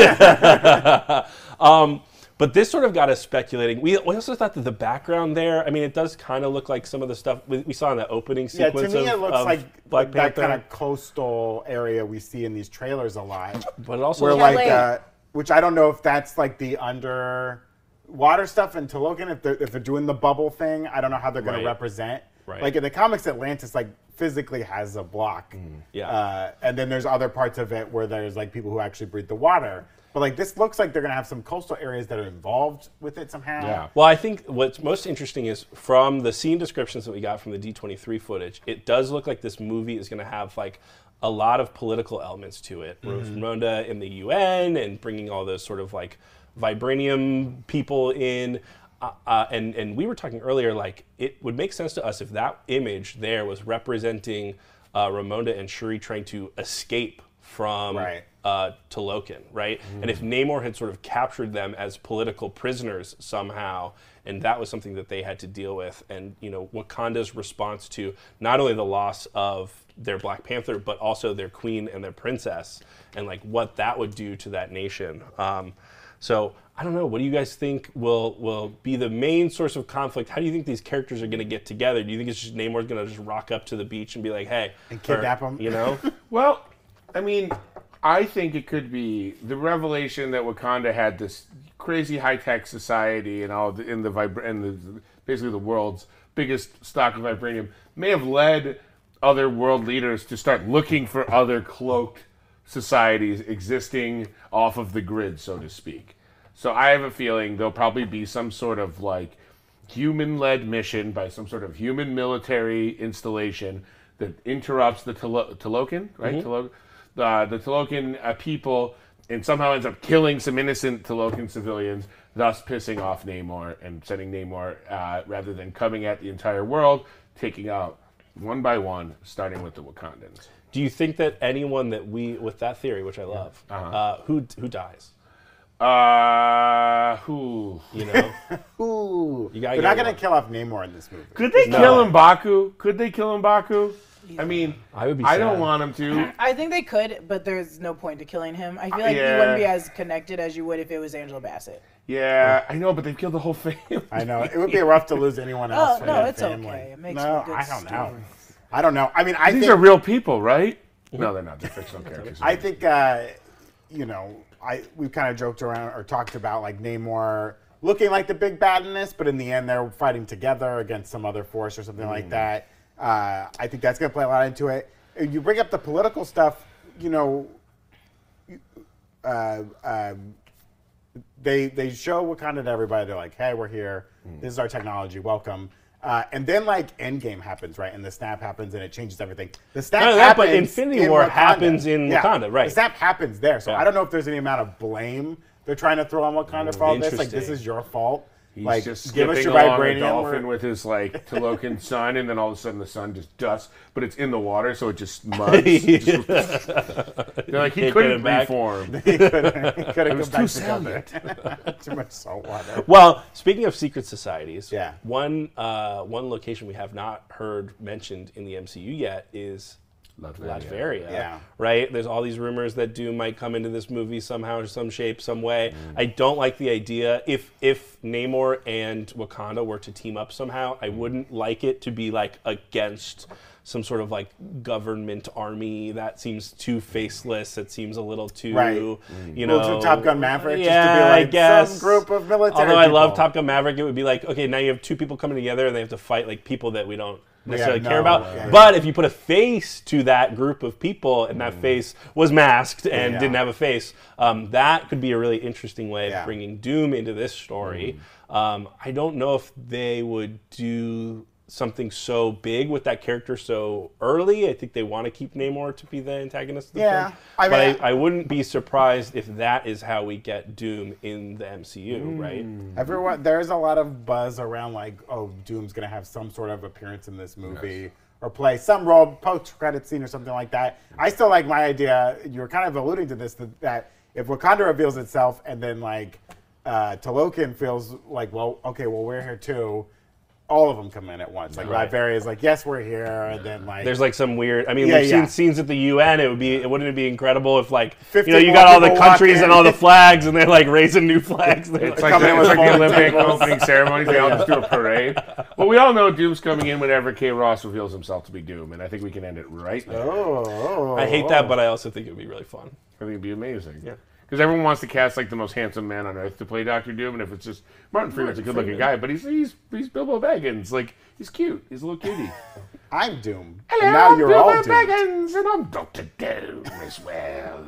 um, but this sort of got us speculating. We, we also thought that the background there, I mean, it does kind of look like some of the stuff we, we saw in the opening Yeah, sequence to me of, it looks of like Black that Panther. kind of coastal area we see in these trailers a lot. but it also Where looks like, LA. uh, which I don't know if that's like the underwater stuff in Tolokan, if they're, if they're doing the bubble thing, I don't know how they're going Right. to represent. Right. Like in the comics, Atlantis like physically has a block. Mm. Yeah. Uh, and then there's other parts of it where there's like people who actually breathe the water. But like this looks like they're going to have some coastal areas that are involved with it somehow. Yeah. Well, I think what's most interesting is from the scene descriptions that we got from the D23 footage, it does look like this movie is going to have like a lot of political elements to it. Rose Ramonda in the UN and bringing all those sort of like vibranium people in. Uh, uh, and, and we were talking earlier, like, it would make sense to us if that image there was representing uh, Ramonda and Shuri trying to escape from Right. uh, Tolokan, right? And if Namor had sort of captured them as political prisoners somehow, and that was something that they had to deal with, and you know Wakanda's response to not only the loss of their Black Panther, but also their queen and their princess, and like what that would do to that nation. Um, so I don't know. What do you guys think will will be the main source of conflict? How do you think these characters are going to get together? Do you think it's just Namor's going to just rock up to the beach and be like, "Hey," And kidnap 'em? You know. Well, I mean, I think it could be the revelation that Wakanda had this crazy high tech society and all the, in the vibra- and the, basically the world's biggest stock of vibranium may have led other world leaders to start looking for other cloaked societies existing off of the grid, so to speak. So I have a feeling there'll probably be some sort of like human led mission by some sort of human military installation that interrupts the Tolo- Tolokan, right? Tolo- uh, the Tolokan uh, people and somehow ends up killing some innocent Tolokan civilians, thus pissing off Namor and sending Namor uh, rather than coming at the entire world, taking out one by one, starting with the Wakandans. Do you think that anyone that we with that theory, which I love, uh who who dies? Uh, who? You know, Ooh. gotta they're not get going one. to kill off Namor in this movie. Could they kill Mbaku? Could they kill Mbaku? I mean, I would be I don't sad. want him to. I think they could, but there's no point to killing him. I feel like Yeah. you wouldn't be as connected as you would if it was Angela Bassett. Yeah, I know, but they've killed the whole family. I know it would be rough to lose anyone else. Oh, from no, that it's family. okay. It makes no, for good I don't know. stories. I don't know. I mean, I These think are real people, right? No, they're not. They're fictional characters. Mhm. I think uh, you know, I we've kind of joked around or talked about like Namor looking like the big bad in this, but in the end they're fighting together against some other force or something like that. Uh, I think that's going to play a lot into it. Uh, You bring up the political stuff, you know. you- Uh, um, they they show Wakanda to everybody. They're like, "Hey, we're here. Hmm. This is our technology. Welcome." Uh, and then like Endgame happens, right? And the snap happens, and it changes everything. The snap Not only that, happens. but Infinity in War Wakanda. happens in Yeah. Wakanda, right. The snap happens there. So Yeah. Mm, I don't know if there's any amount of blame they're trying to throw on Wakanda for all this. Like this Interesting. is your fault. He's Like, just give us skipping your along a vibranium dolphin or- with his like Tolokan sun, and then all of a sudden the sun just dust, but it's in the water, so it just muds. Just- They're like he Can't get couldn't it back. reform. he couldn't, he couldn't go was back too together. too much salt water. Well, speaking of secret societies, Yeah. one uh, one location we have not heard mentioned in the MCU yet is Latveria. Latveria. Yeah. Right? There's all these rumors that Doom might come into this movie somehow, or some shape, some way. I don't like the idea. If if Namor and Wakanda were to team up somehow, I wouldn't like it to be like against some sort of like government army that seems too faceless. It seems a little too, Right. you know, Well, to Top Gun Maverick, just to be Yeah, like I guess. some group of military Although I love people. Top Gun Maverick, it would be like okay, now you have two people coming together and they have to fight like people that we don't necessarily Yeah, care no, about. yeah. But if you put a face to that group of people and that face was masked and Mm. Yeah. didn't have a face, um, that could be a really interesting way Yeah. Mm. of bringing Doom into this story. Um, I don't know if they would do something so big with that character so early. I think they want to keep Namor to be the antagonist of the Yeah. film. I but mean, I, I wouldn't be surprised if that is how we get Doom in the MCU, Hmm. right? Everyone, there's a lot of buzz around like, oh, Doom's gonna have some sort of appearance in this movie or play some role, post-credit scene or something like that. I still like my idea. You were kind of alluding to this that, that if Wakanda reveals itself and then like uh, Tolokan feels like, well, okay, well we're here too. All of them come in at once. Like Right. Liberia is like, yes, we're here, and then like There's like some weird. I mean, Yeah, we've yeah. seen scenes at the UN. It would be. It wouldn't it be incredible if like 50 you know you more got all the people walk countries in. and all the flags and they're like raising new flags. They're It's like, like, Coming in the, with it's bowling like the Olympic tables. opening ceremonies. They all just do a parade. Well, we all know Doom's coming in whenever K. Ross reveals himself to be Doom, and I think we can end it right there. oh, oh, I hate that, but I also think it would be really fun. I think it'd be amazing. Yeah. Because everyone wants to cast like the most handsome man on earth to play Doctor Doom, and if it's just Martin Freeman's a good-looking guy, but he's he's he's Bilbo Baggins, like he's cute, he's a little kitty. I'm Doom. and now I'm you're Bilbo all doomed. Baggins, and I'm Doctor Doom as well.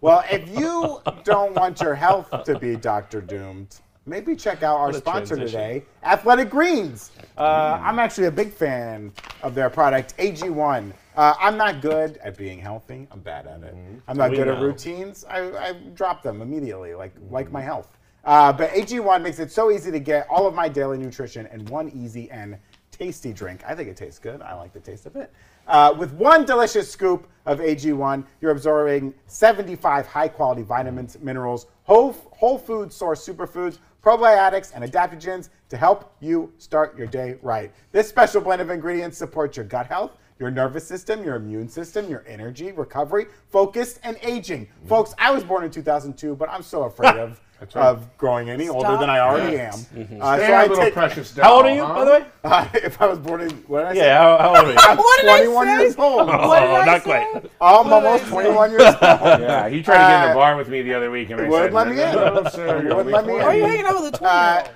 Well, if you don't want your health to be Dr. Doomed, maybe check out our a sponsor transition. today, Athletic Greens. Uh, I'm actually a big fan of their product, AG1. Uh, I'm not good at being healthy. I'm bad at it. I'm not Mm-hmm. We good at know. routines. I, I drop them immediately, like like my health. Uh, but AG1 makes it so easy to get all of my daily nutrition in one easy and tasty drink. I think it tastes good. I like the taste of it. Uh, with one delicious scoop of AG1, you're absorbing 75 high quality vitamins, minerals, whole, whole food source superfoods, probiotics, and adaptogens to help you start your day right. This special blend of ingredients supports your gut health your nervous system, your immune system, your energy, recovery, focus, and aging. Folks, I was born in 2002, but I'm so afraid of, right. of growing any older than I already Yes. am. Uh, Hey, so I little take, Uh, precious doll, How old are you, huh? Uh-huh. by the way? if I was born in, what did I say? Yeah, how, how old are you? What did I 21 say? years old. What did Oh, I not say? quite. I'm almost 21 years old. Yeah, he tried to get in Uh, the bar with me the other week, and I wouldn't said, let me in. "No, no, sir, you're Wouldn't let me only in. Why are you 20." hanging out with a 20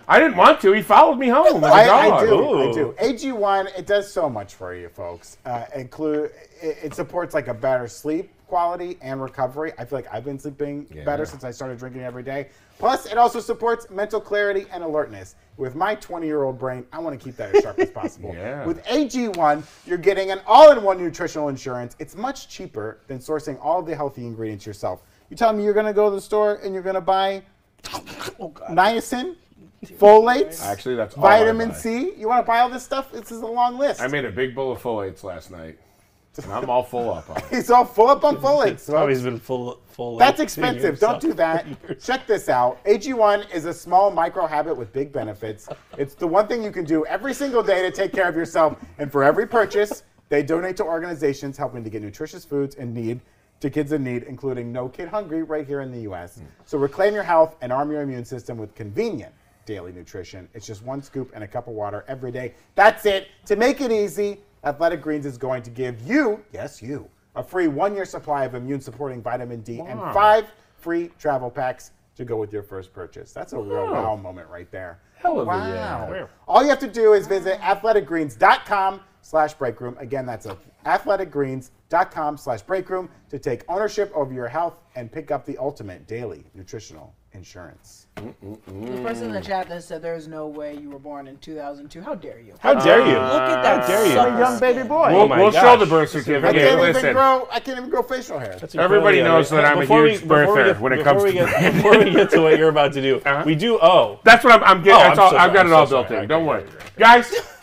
I didn't want to. He followed me home. As a I, I dog. do. I Ooh. do. AG1, it does so much for you, folks. Uh, include it, it supports like a better sleep quality and recovery. I feel like I've been sleeping better since I started drinking every day. Plus, it also supports mental clarity and alertness. With my 20-year-old brain, I want to keep that as sharp as possible. Yeah. With AG1, you're getting an all-in-one nutritional insurance. It's much cheaper than sourcing all the healthy ingredients yourself. You tell me you're going to go to the store and you're going to buy niacin, folates, Actually, that's all Oh I vitamin buy. C. You want to buy all this stuff? This is a long list. I made a big bowl of folates last night, and I'm all full up on it. He's all full up on folates. I've always been full full. That's like, expensive. singers, Don't so- do that. Check this out. AG1 is a small micro habit with big benefits. It's the one thing you can do every single day to take care of yourself. And for every purchase, they donate to organizations helping to get nutritious foods in need to kids in need, including No Kid Hungry right here in the U.S. So reclaim your health and arm your immune system with convenient daily nutrition. It's just one scoop and a cup of water every day. That's it. To make it easy, Athletic Greens is going to give you, yes, you, a free one year supply of immune supporting vitamin D and Wow. five free travel packs to go with your first purchase. That's a real wow moment right there. Hell of a wow. yeah. All you have to do is visit athleticgreens.com slash breakroom. Again, that's a- athleticgreens.com slash breakroom to take ownership over your health and pick up the ultimate daily nutritional insurance. The person in the chat that said there is no way you were born in 2002. How dare you? How dare you? Look at that dare you. sucker Uh, Young baby skin. boy. We'll, Oh my we'll show gosh. the birth I certificate. can't even listen, grow. I can't even grow facial hair. That's incredible. Everybody Yeah, knows that I'm a uh, before huge we, before we birther get- when it before comes we to- Uh-huh. get, before we get to what you're about to do, we do owe. that's what I'm, I'm getting. Oh, that's I'm all, so I've got sorry. it I'm all so built sorry. in. I Don't get worry, guys.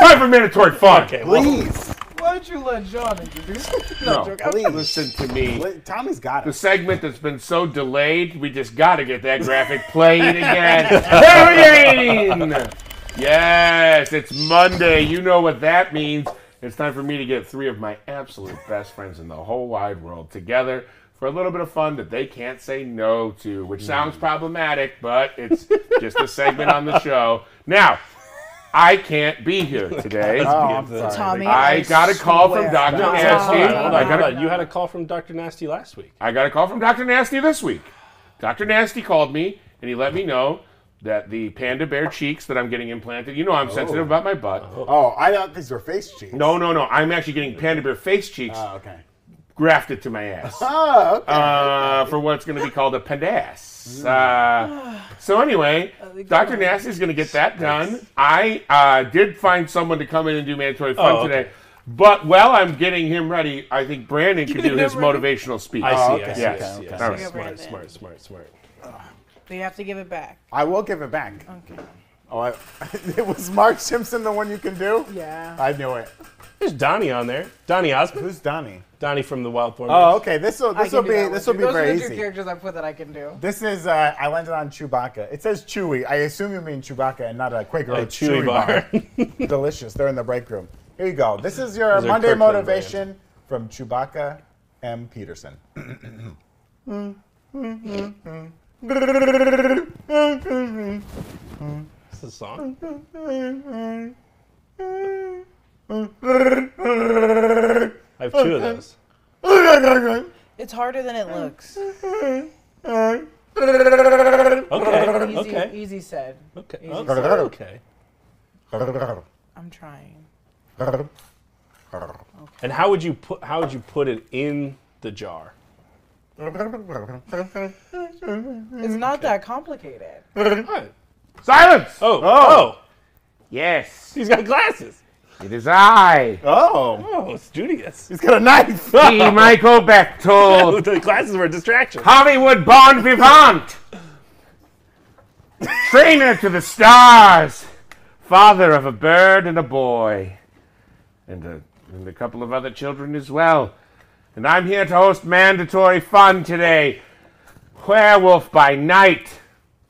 Time for mandatory fun. Okay, well, Please, Why don't you let John introduce No, joke. please. listen to me. Li- Tommy's got The it. segment that's been so delayed, we just got to get that graphic played again. there we go. Yes, it's Monday. You know what that means. It's time for me to get three of my absolute best friends in the whole wide world together for a little bit of fun that they can't say no to, which sounds problematic, but it's just a segment on the show. Now, I can't be here today. Oh, I'm sorry. Tommy? I got a call from swear. Dr. no, Nasty. hold on, hold I Oh, on, hold got a- on. You had a call from Dr. Nasty last week. I got a call from Dr. Nasty this week. Dr. Nasty called me and he let me know that the panda bear cheeks that I'm getting implanted, you know I'm sensitive about my butt. Oh, I thought these were face cheeks. No, no, no. I'm actually getting panda bear face cheeks Ah. Oh, okay. grafted to my ass Oh, okay. uh, for what's going to be called a pandas. Hmm. Uh, so anyway, Dr. Nasty's going to get that done. I uh, did find someone to come in and do mandatory fun Oh, okay. today. But while I'm getting him ready, I think Brandon can do his motivational speech. I see, okay, I see, yes, I see. okay, I okay. see. All Smart, right. smart, smart, smart. They have to give it back. I will give it back. Okay. Oh, I, it was Mark Simpson, the one you can do. Yeah. I knew it. There's Donnie on there. Donnie Osmond. Who's Donnie? Donnie from the Wild Thorn. Oh, okay. This will I this can will do be that one this will too. be Those are very the two easy. characters I put that I can do. This is uh, I landed on Chewbacca. It says Chewy. I assume you mean Chewbacca and not a Quaker A Oats Chewy bar. Delicious. They're in the break room. Here you go. This is your Those are Monday Kirkland motivation from Chewbacca M. Peterson. That's the song. I have two of those. It's harder than it looks. Okay. Easy, Okay. easy said. Okay. Easy Okay. said. okay. I'm trying. And how would you put how would you put it in the jar? It's not that complicated. Oh, Silence! oh, Yes, he's got glasses. it is I. Oh, Oh, studious. he's got a knife. P. Michael Bechtold, the glasses were a distraction. Hollywood bon vivant, trainer to the stars, father of a bird and a boy, and a, and a couple of other children as well. And I'm here to host mandatory fun today. Werewolf by Night,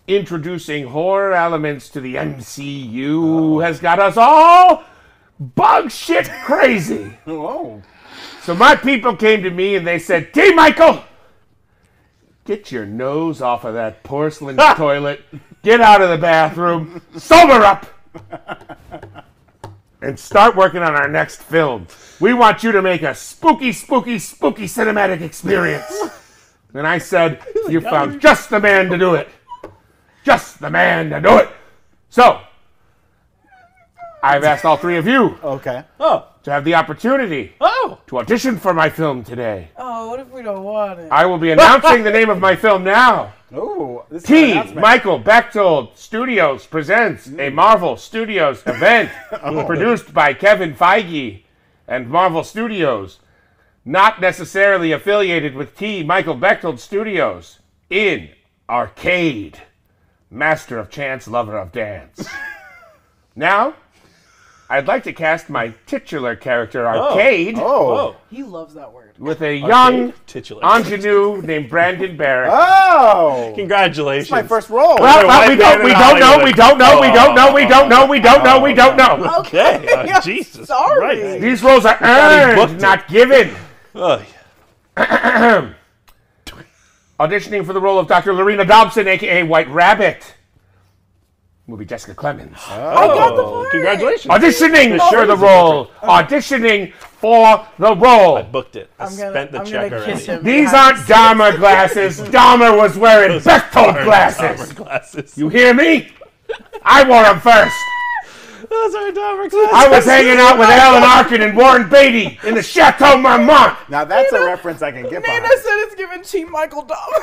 introducing horror elements to the MCU, has got us all bug shit crazy. Whoa. So my people came to me and they said, T. Michael, get your nose off of that porcelain toilet. Get out of the bathroom. Sober up. And start working on our next film. We want you to make a spooky, spooky, spooky cinematic experience. And I said, You found just the man to do it. Just the man to do it. So, I've asked all three of you Okay. Oh, to have the opportunity oh. to audition for my film today. Oh, what if we don't want it? I will be announcing the name of my film now. Ooh. This is an T. announcement. Michael Bechtold Studios presents a Marvel Studios event produced by Kevin Feige and Marvel Studios, not necessarily affiliated with T. Michael Bechtold Studios, in Arcade. Master of Chance, Lover of Dance. now, I'd like to cast my titular character, Arcade, Oh. Oh. he loves that word. with a young Titular. ingenue named Brandon Barrett. Oh. Congratulations. My first roll. Well, well, White we man don't, we in don't know, Hollywood. Oh. we don't know, we don't know, we don't know, we don't know, we don't Oh. know. Okay. Uh, I'm Jesus. sorry. Christ. These roles are booked it. earned, not given. Oh, yeah. Auditioning for the role of Dr. Lorena Dobson, aka White Rabbit, will be Jessica Clemens. I got the Oh, part. Congratulations. Auditioning sure for the is a Oh. role, auditioning for the role. Booked it. I I'm gonna, spent the I'm check gonna already. kiss him. These behind aren't Dahmer glasses. Dahmer was wearing Bechtold Dahmer glasses. glasses. You hear me? I wore them first. Those are Oh, Dahmer glasses. I was hanging out with Alan Arkin and Warren Beatty in the Chateau Marmont. Now that's a reference I can get Nana behind. said it's giving T. Michael Dollar.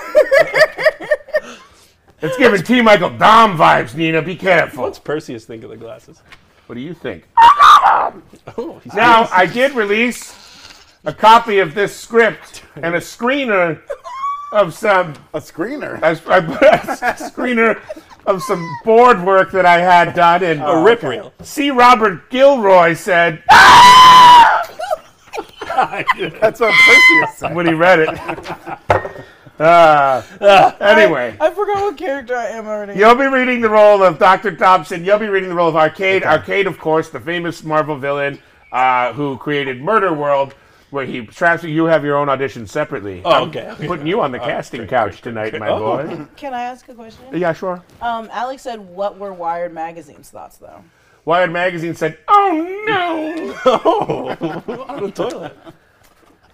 It's giving T. Michael Dom vibes, Nina. Be careful. What's Perseus think of the glasses? What do you think? Oh, he's Now, I did release a copy of this script and a screener of some A screener. I, I put a screener of some board work that I had done and a rip reel. C. Robert Gilroy said That's what Perseus said. when he read it. Uh, anyway, I forgot what character I am already. you'll be reading the role of Dr. Thompson. You'll be reading the role of Arcade. Arcade, of course, the famous Marvel villain uh, who created Murder World, where he transfer. You have your own audition separately. Oh, okay. okay. Putting you on the casting couch tonight, my boy. Can I ask a question? Yeah, sure. Um, Alex said, "What were Wired magazine's thoughts, though?" Wired Magazine said, oh no! on the toilet.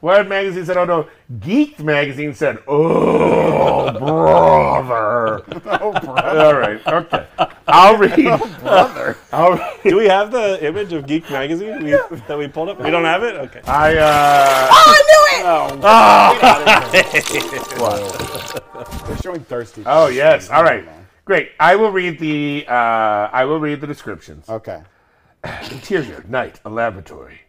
Wired Magazine said, oh no. Geeked Magazine said, oh, brother. Oh, brother. All right, okay. I'll read. I'll read. Do we have the image of Geek Magazine we, that we pulled up? We don't have it. Okay. I, uh. They're showing thirsty. Oh, yes. All right. Great. I will read the, uh, I will read the descriptions. Okay. Interior, night, a laboratory.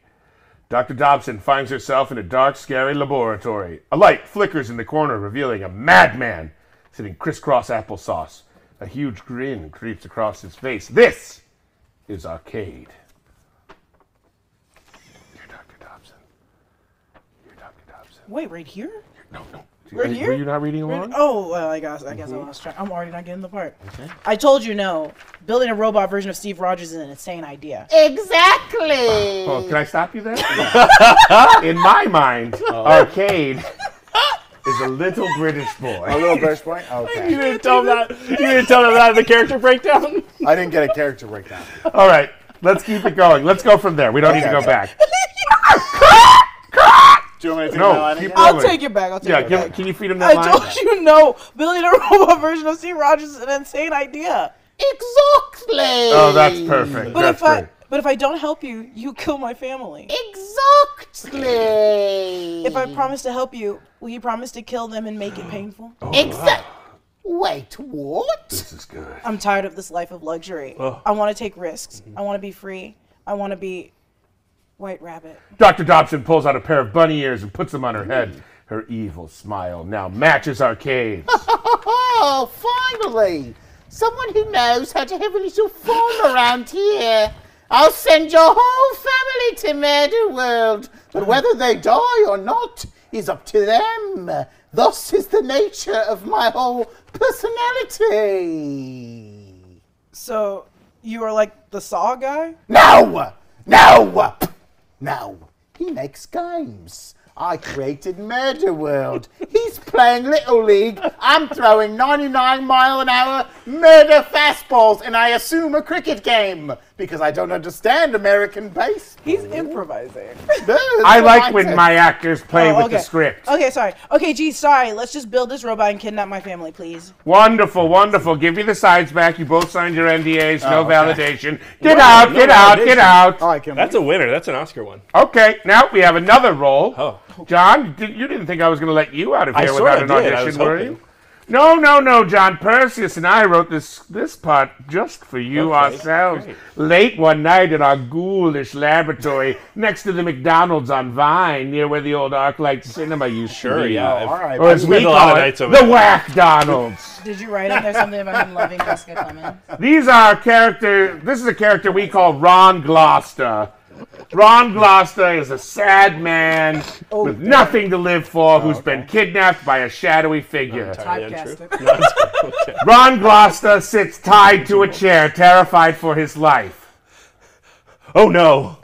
Dr. Dobson finds herself in a dark, scary laboratory. A light flickers in the corner, revealing a madman sitting crisscross applesauce. A huge grin creeps across his face. This is Arcade. You're Dr. Dobson. You're Dr. Dobson. Wait, right here? No, no. Right Are- here? Were you not reading along? Oh, well, I guess I guess I lost track. I'm already not getting the part. I told you no. Building a robot version of Steve Rogers is an insane idea. Exactly. Oh, can I stop you there? in my mind, Oh. Arcade is a little British boy. A little burst point? You Okay. didn't tell them that. You didn't tell them that in the character breakdown. I didn't get a character breakdown. All right, let's keep it going. Let's go from there. We don't need to go back. Do you want me to take No, that line keep again? I'll Really? take it back. I'll take Yeah, it give, back. can you feed him that I line? told you no. Building a robot version of Steve Rogers is an insane idea. Exactly. Oh, that's perfect. But that's if I great. but if I don't help you, you kill my family. Exactly. If Mm. I promise to help you, will you promise to kill them and make it painful? Oh. Exact. Wait, what? This is good. I'm tired of this life of luxury. Oh. I want to take risks. Mm-hmm. I want to be free. I want to be White Rabbit. Dr. Dobson pulls out a pair of bunny ears and puts them on her Mm. head. Her evil smile now matches Arcade's. Oh, finally! Someone who knows how to have a little fun around here. I'll send your whole family to Murder World, But whether they die or not is up to them. Um, Thus is the nature of my whole personality. So you are like the Saw guy? No! No! No. He makes games. I created Murder World. He's playing Little League. I'm throwing 99 mile an hour murder fastballs, and I assume a cricket game because I don't understand American base. He's improvising. I like when my actors play Oh, with the script. Okay, sorry. Okay, gee, sorry. Let's just build this robot and kidnap my family, please. Wonderful, wonderful. Give you the sides back. You both signed your NDAs. Oh, no validation. Get Wow, out, no get out, get Oh, out. I can. That's a winner. That's an Oscar one. Okay, now we have another role. Oh. John, did, you didn't think I was going to let you out of I here sorta without an did. I audition, was were hoping. you? No, no, no, John. Perseus and I wrote this this part just for Okay, you ourselves. great. Late one night in our ghoulish laboratory next to the McDonald's on Vine, near where the old ArcLight Cinema used to Sure. be. Yeah. Oh, all right. Or as spent we a lot call of it, nights the over there. Whack Donalds. Did you write in there something about him loving Jessica Clemens? These are character. This is a character we call Ron Gloucester. Ron Gloucester is a sad man with nothing to live for, who's been kidnapped by a shadowy figure. Entirely untrue. Typecasted. No, it's- okay. Ron Gloucester sits tied to a chair, terrified for his life. Oh no.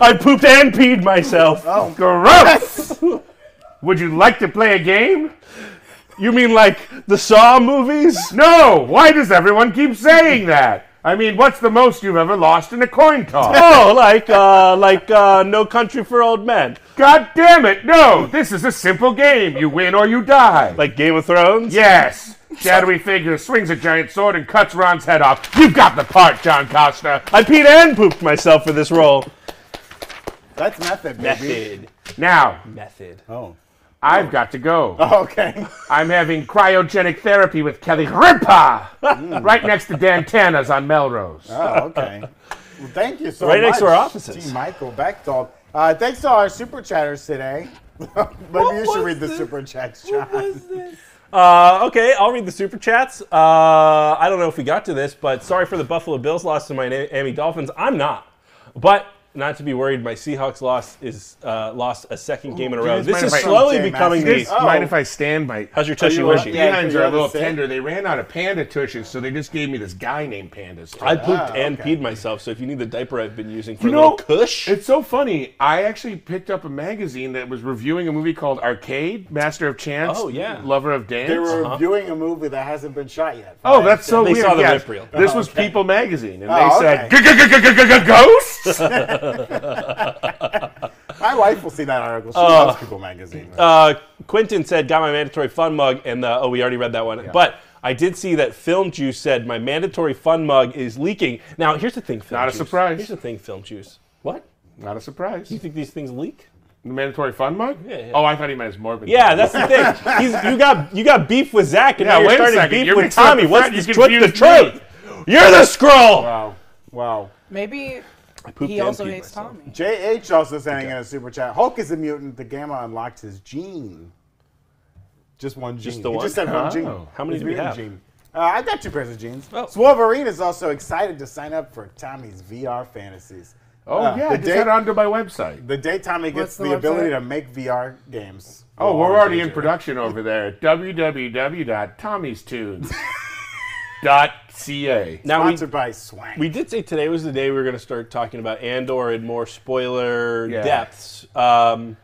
I pooped and peed myself. Gross! Would you like to play a game? You mean like the Saw movies? No! Why does everyone keep saying that? I mean, what's the most you've ever lost in a coin toss? Oh, like uh, like uh, No Country for Old Men, God damn it! No! This is a simple game. You win or you die. like Game of Thrones. Yes. Shadowy figure swings a giant sword and cuts Ron's head off. You've got the part, John Costa. I peed and pooped myself for this role. That's method, baby. Now, Method. Oh. I've got to go. Okay. I'm having cryogenic therapy with Kelly Ripa right next to Dantana's on Melrose. Oh, okay. Well, thank you so much. Right next to our offices. T. Michael Beckdahl. Uh, thanks to our super chatters today. Maybe you should read the super chats, John. Uh, okay, I'll read the super chats. Uh, I don't know if we got to this, but sorry for the Buffalo Bills loss to my Miami Dolphins. I'm not, but not to be worried. My Seahawks loss is uh, lost a second game in a row. guys This mind is if I- slowly Jay becoming the Mascis. Oh. Mind if I stand by? How's your Tell you tushy-wishy? what, Yeah, Behinds you are a little understand? tender. They ran out of panda tushes, so they just gave me this guy named Pandas. Tush. I pooped and okay. peed myself, so if you need the diaper I've been using for Ah, You a little know, cush, it's so funny. I actually picked up a magazine that was reviewing a movie called Arcade, Master of Chance, Oh, yeah. Lover of Dance. Uh-huh. They were viewing a movie that hasn't been shot yet. Oh, that's so They weird. saw the Oh, yeah. rip reel. This was People magazine, and Oh, they said, "Ghosts." My wife will see that article. She loves People Magazine. Oh. uh, Quentin said, "Got my mandatory fun mug," and the, oh, we already read that one. But I did see that Film Juice said my mandatory fun mug is leaking. Now here's the thing, Film Not a Juice. surprise. Here's the thing, Film Juice. What? Not a surprise. You think these things leak? The mandatory fun mug? Yeah, yeah. Oh, I thought he meant his morbid. Yeah, that's the thing. He's, you got you got beef with Zach, and Yeah, now you're wait a starting second. beef You're with mixing up Tommy. the What's front. You the, what's the confused me. truth? You're the scroll. Wow. Wow. Maybe I pooped he and also peed hates myself. Tommy. JH also sending in a super chat. Hulk is a mutant. The gamma unlocks his gene. Just one gene. Just the He one? just said one gene. Oh. How many His do we mutant have? Gene. Uh, I got two pairs of jeans. Oh. Wolverine is also excited to sign up for Tommy's VR fantasies. Oh Uh, yeah, the just day- head onto my website. The day Tommy gets What's the the ability website? to make VR games. Oh, Well, we're already in I'll do it. production over there. www.tommystunes.ca. Now we, Sponsored by Swank. we did say today was the day we were going to start talking about Andor in more spoiler Yeah. depths. Um,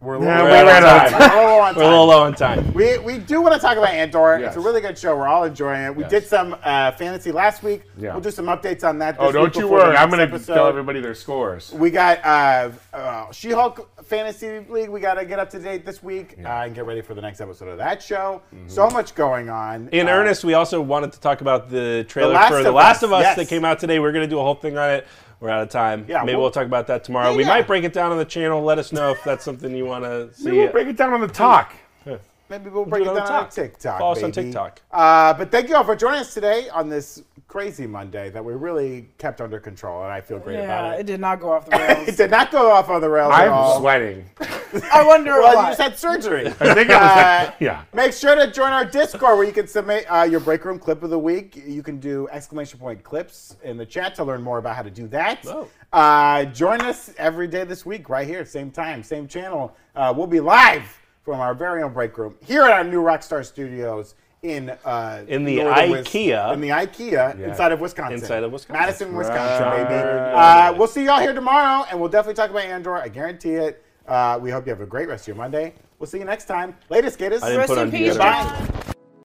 We're Yeah, low we on ran out of time. We're low on we're a little time. low on time. We, we do want to talk about Andor. Yes. It's a really good show. We're all enjoying it. We Yes. did some uh, fantasy last week. Yeah. We'll do some updates on that. This Oh, don't week you before the worry. I'm next going to episode. tell everybody their scores. We got uh, uh, She-Hulk Fantasy League. We got to get up to date this week uh, and get ready for the next episode of that show. So much going on. In Uh, earnest, we also wanted to talk about the trailer Last for The of Last Us, of Us yes. that came out today. We're going to do a whole thing on it. We're out of time. Yeah, Maybe we'll- we'll, talk about that tomorrow. Yeah, we yeah. might break it down on the channel. Let us know if that's something you want to see. Maybe we'll break it down on the talk. Maybe we'll break it do it down on on TikTok. TikTok. Follow us on baby. TikTok. Uh, but thank you all for joining us today on this crazy Monday that we really kept under control, and I feel great Yeah, about it it. did not go off the rails. It did not go off on the rails at all. I'm sweating. I wonder Well, you why. just had surgery. I think it was Uh, yeah. Make sure to join our Discord where you can submit uh, your break room clip of the week. You can do exclamation point clips in the chat to learn more about how to do that. Oh. Uh, join us every day this week, right here, same time, same channel. Uh, we'll be live from our very own break room here at our new Rockstar Studios in uh, In the northern Wis- IKEA. in the IKEA Yeah. inside of Wisconsin, Inside of Wisconsin. Madison, Wisconsin, Right. baby. Uh, we'll see y'all here tomorrow, and we'll definitely talk about Andor. I guarantee it. Uh, we hope you have a great rest of your Monday. We'll see you next time. Latest, gators. I didn't Rest put in on peace, deodorant. Goodbye.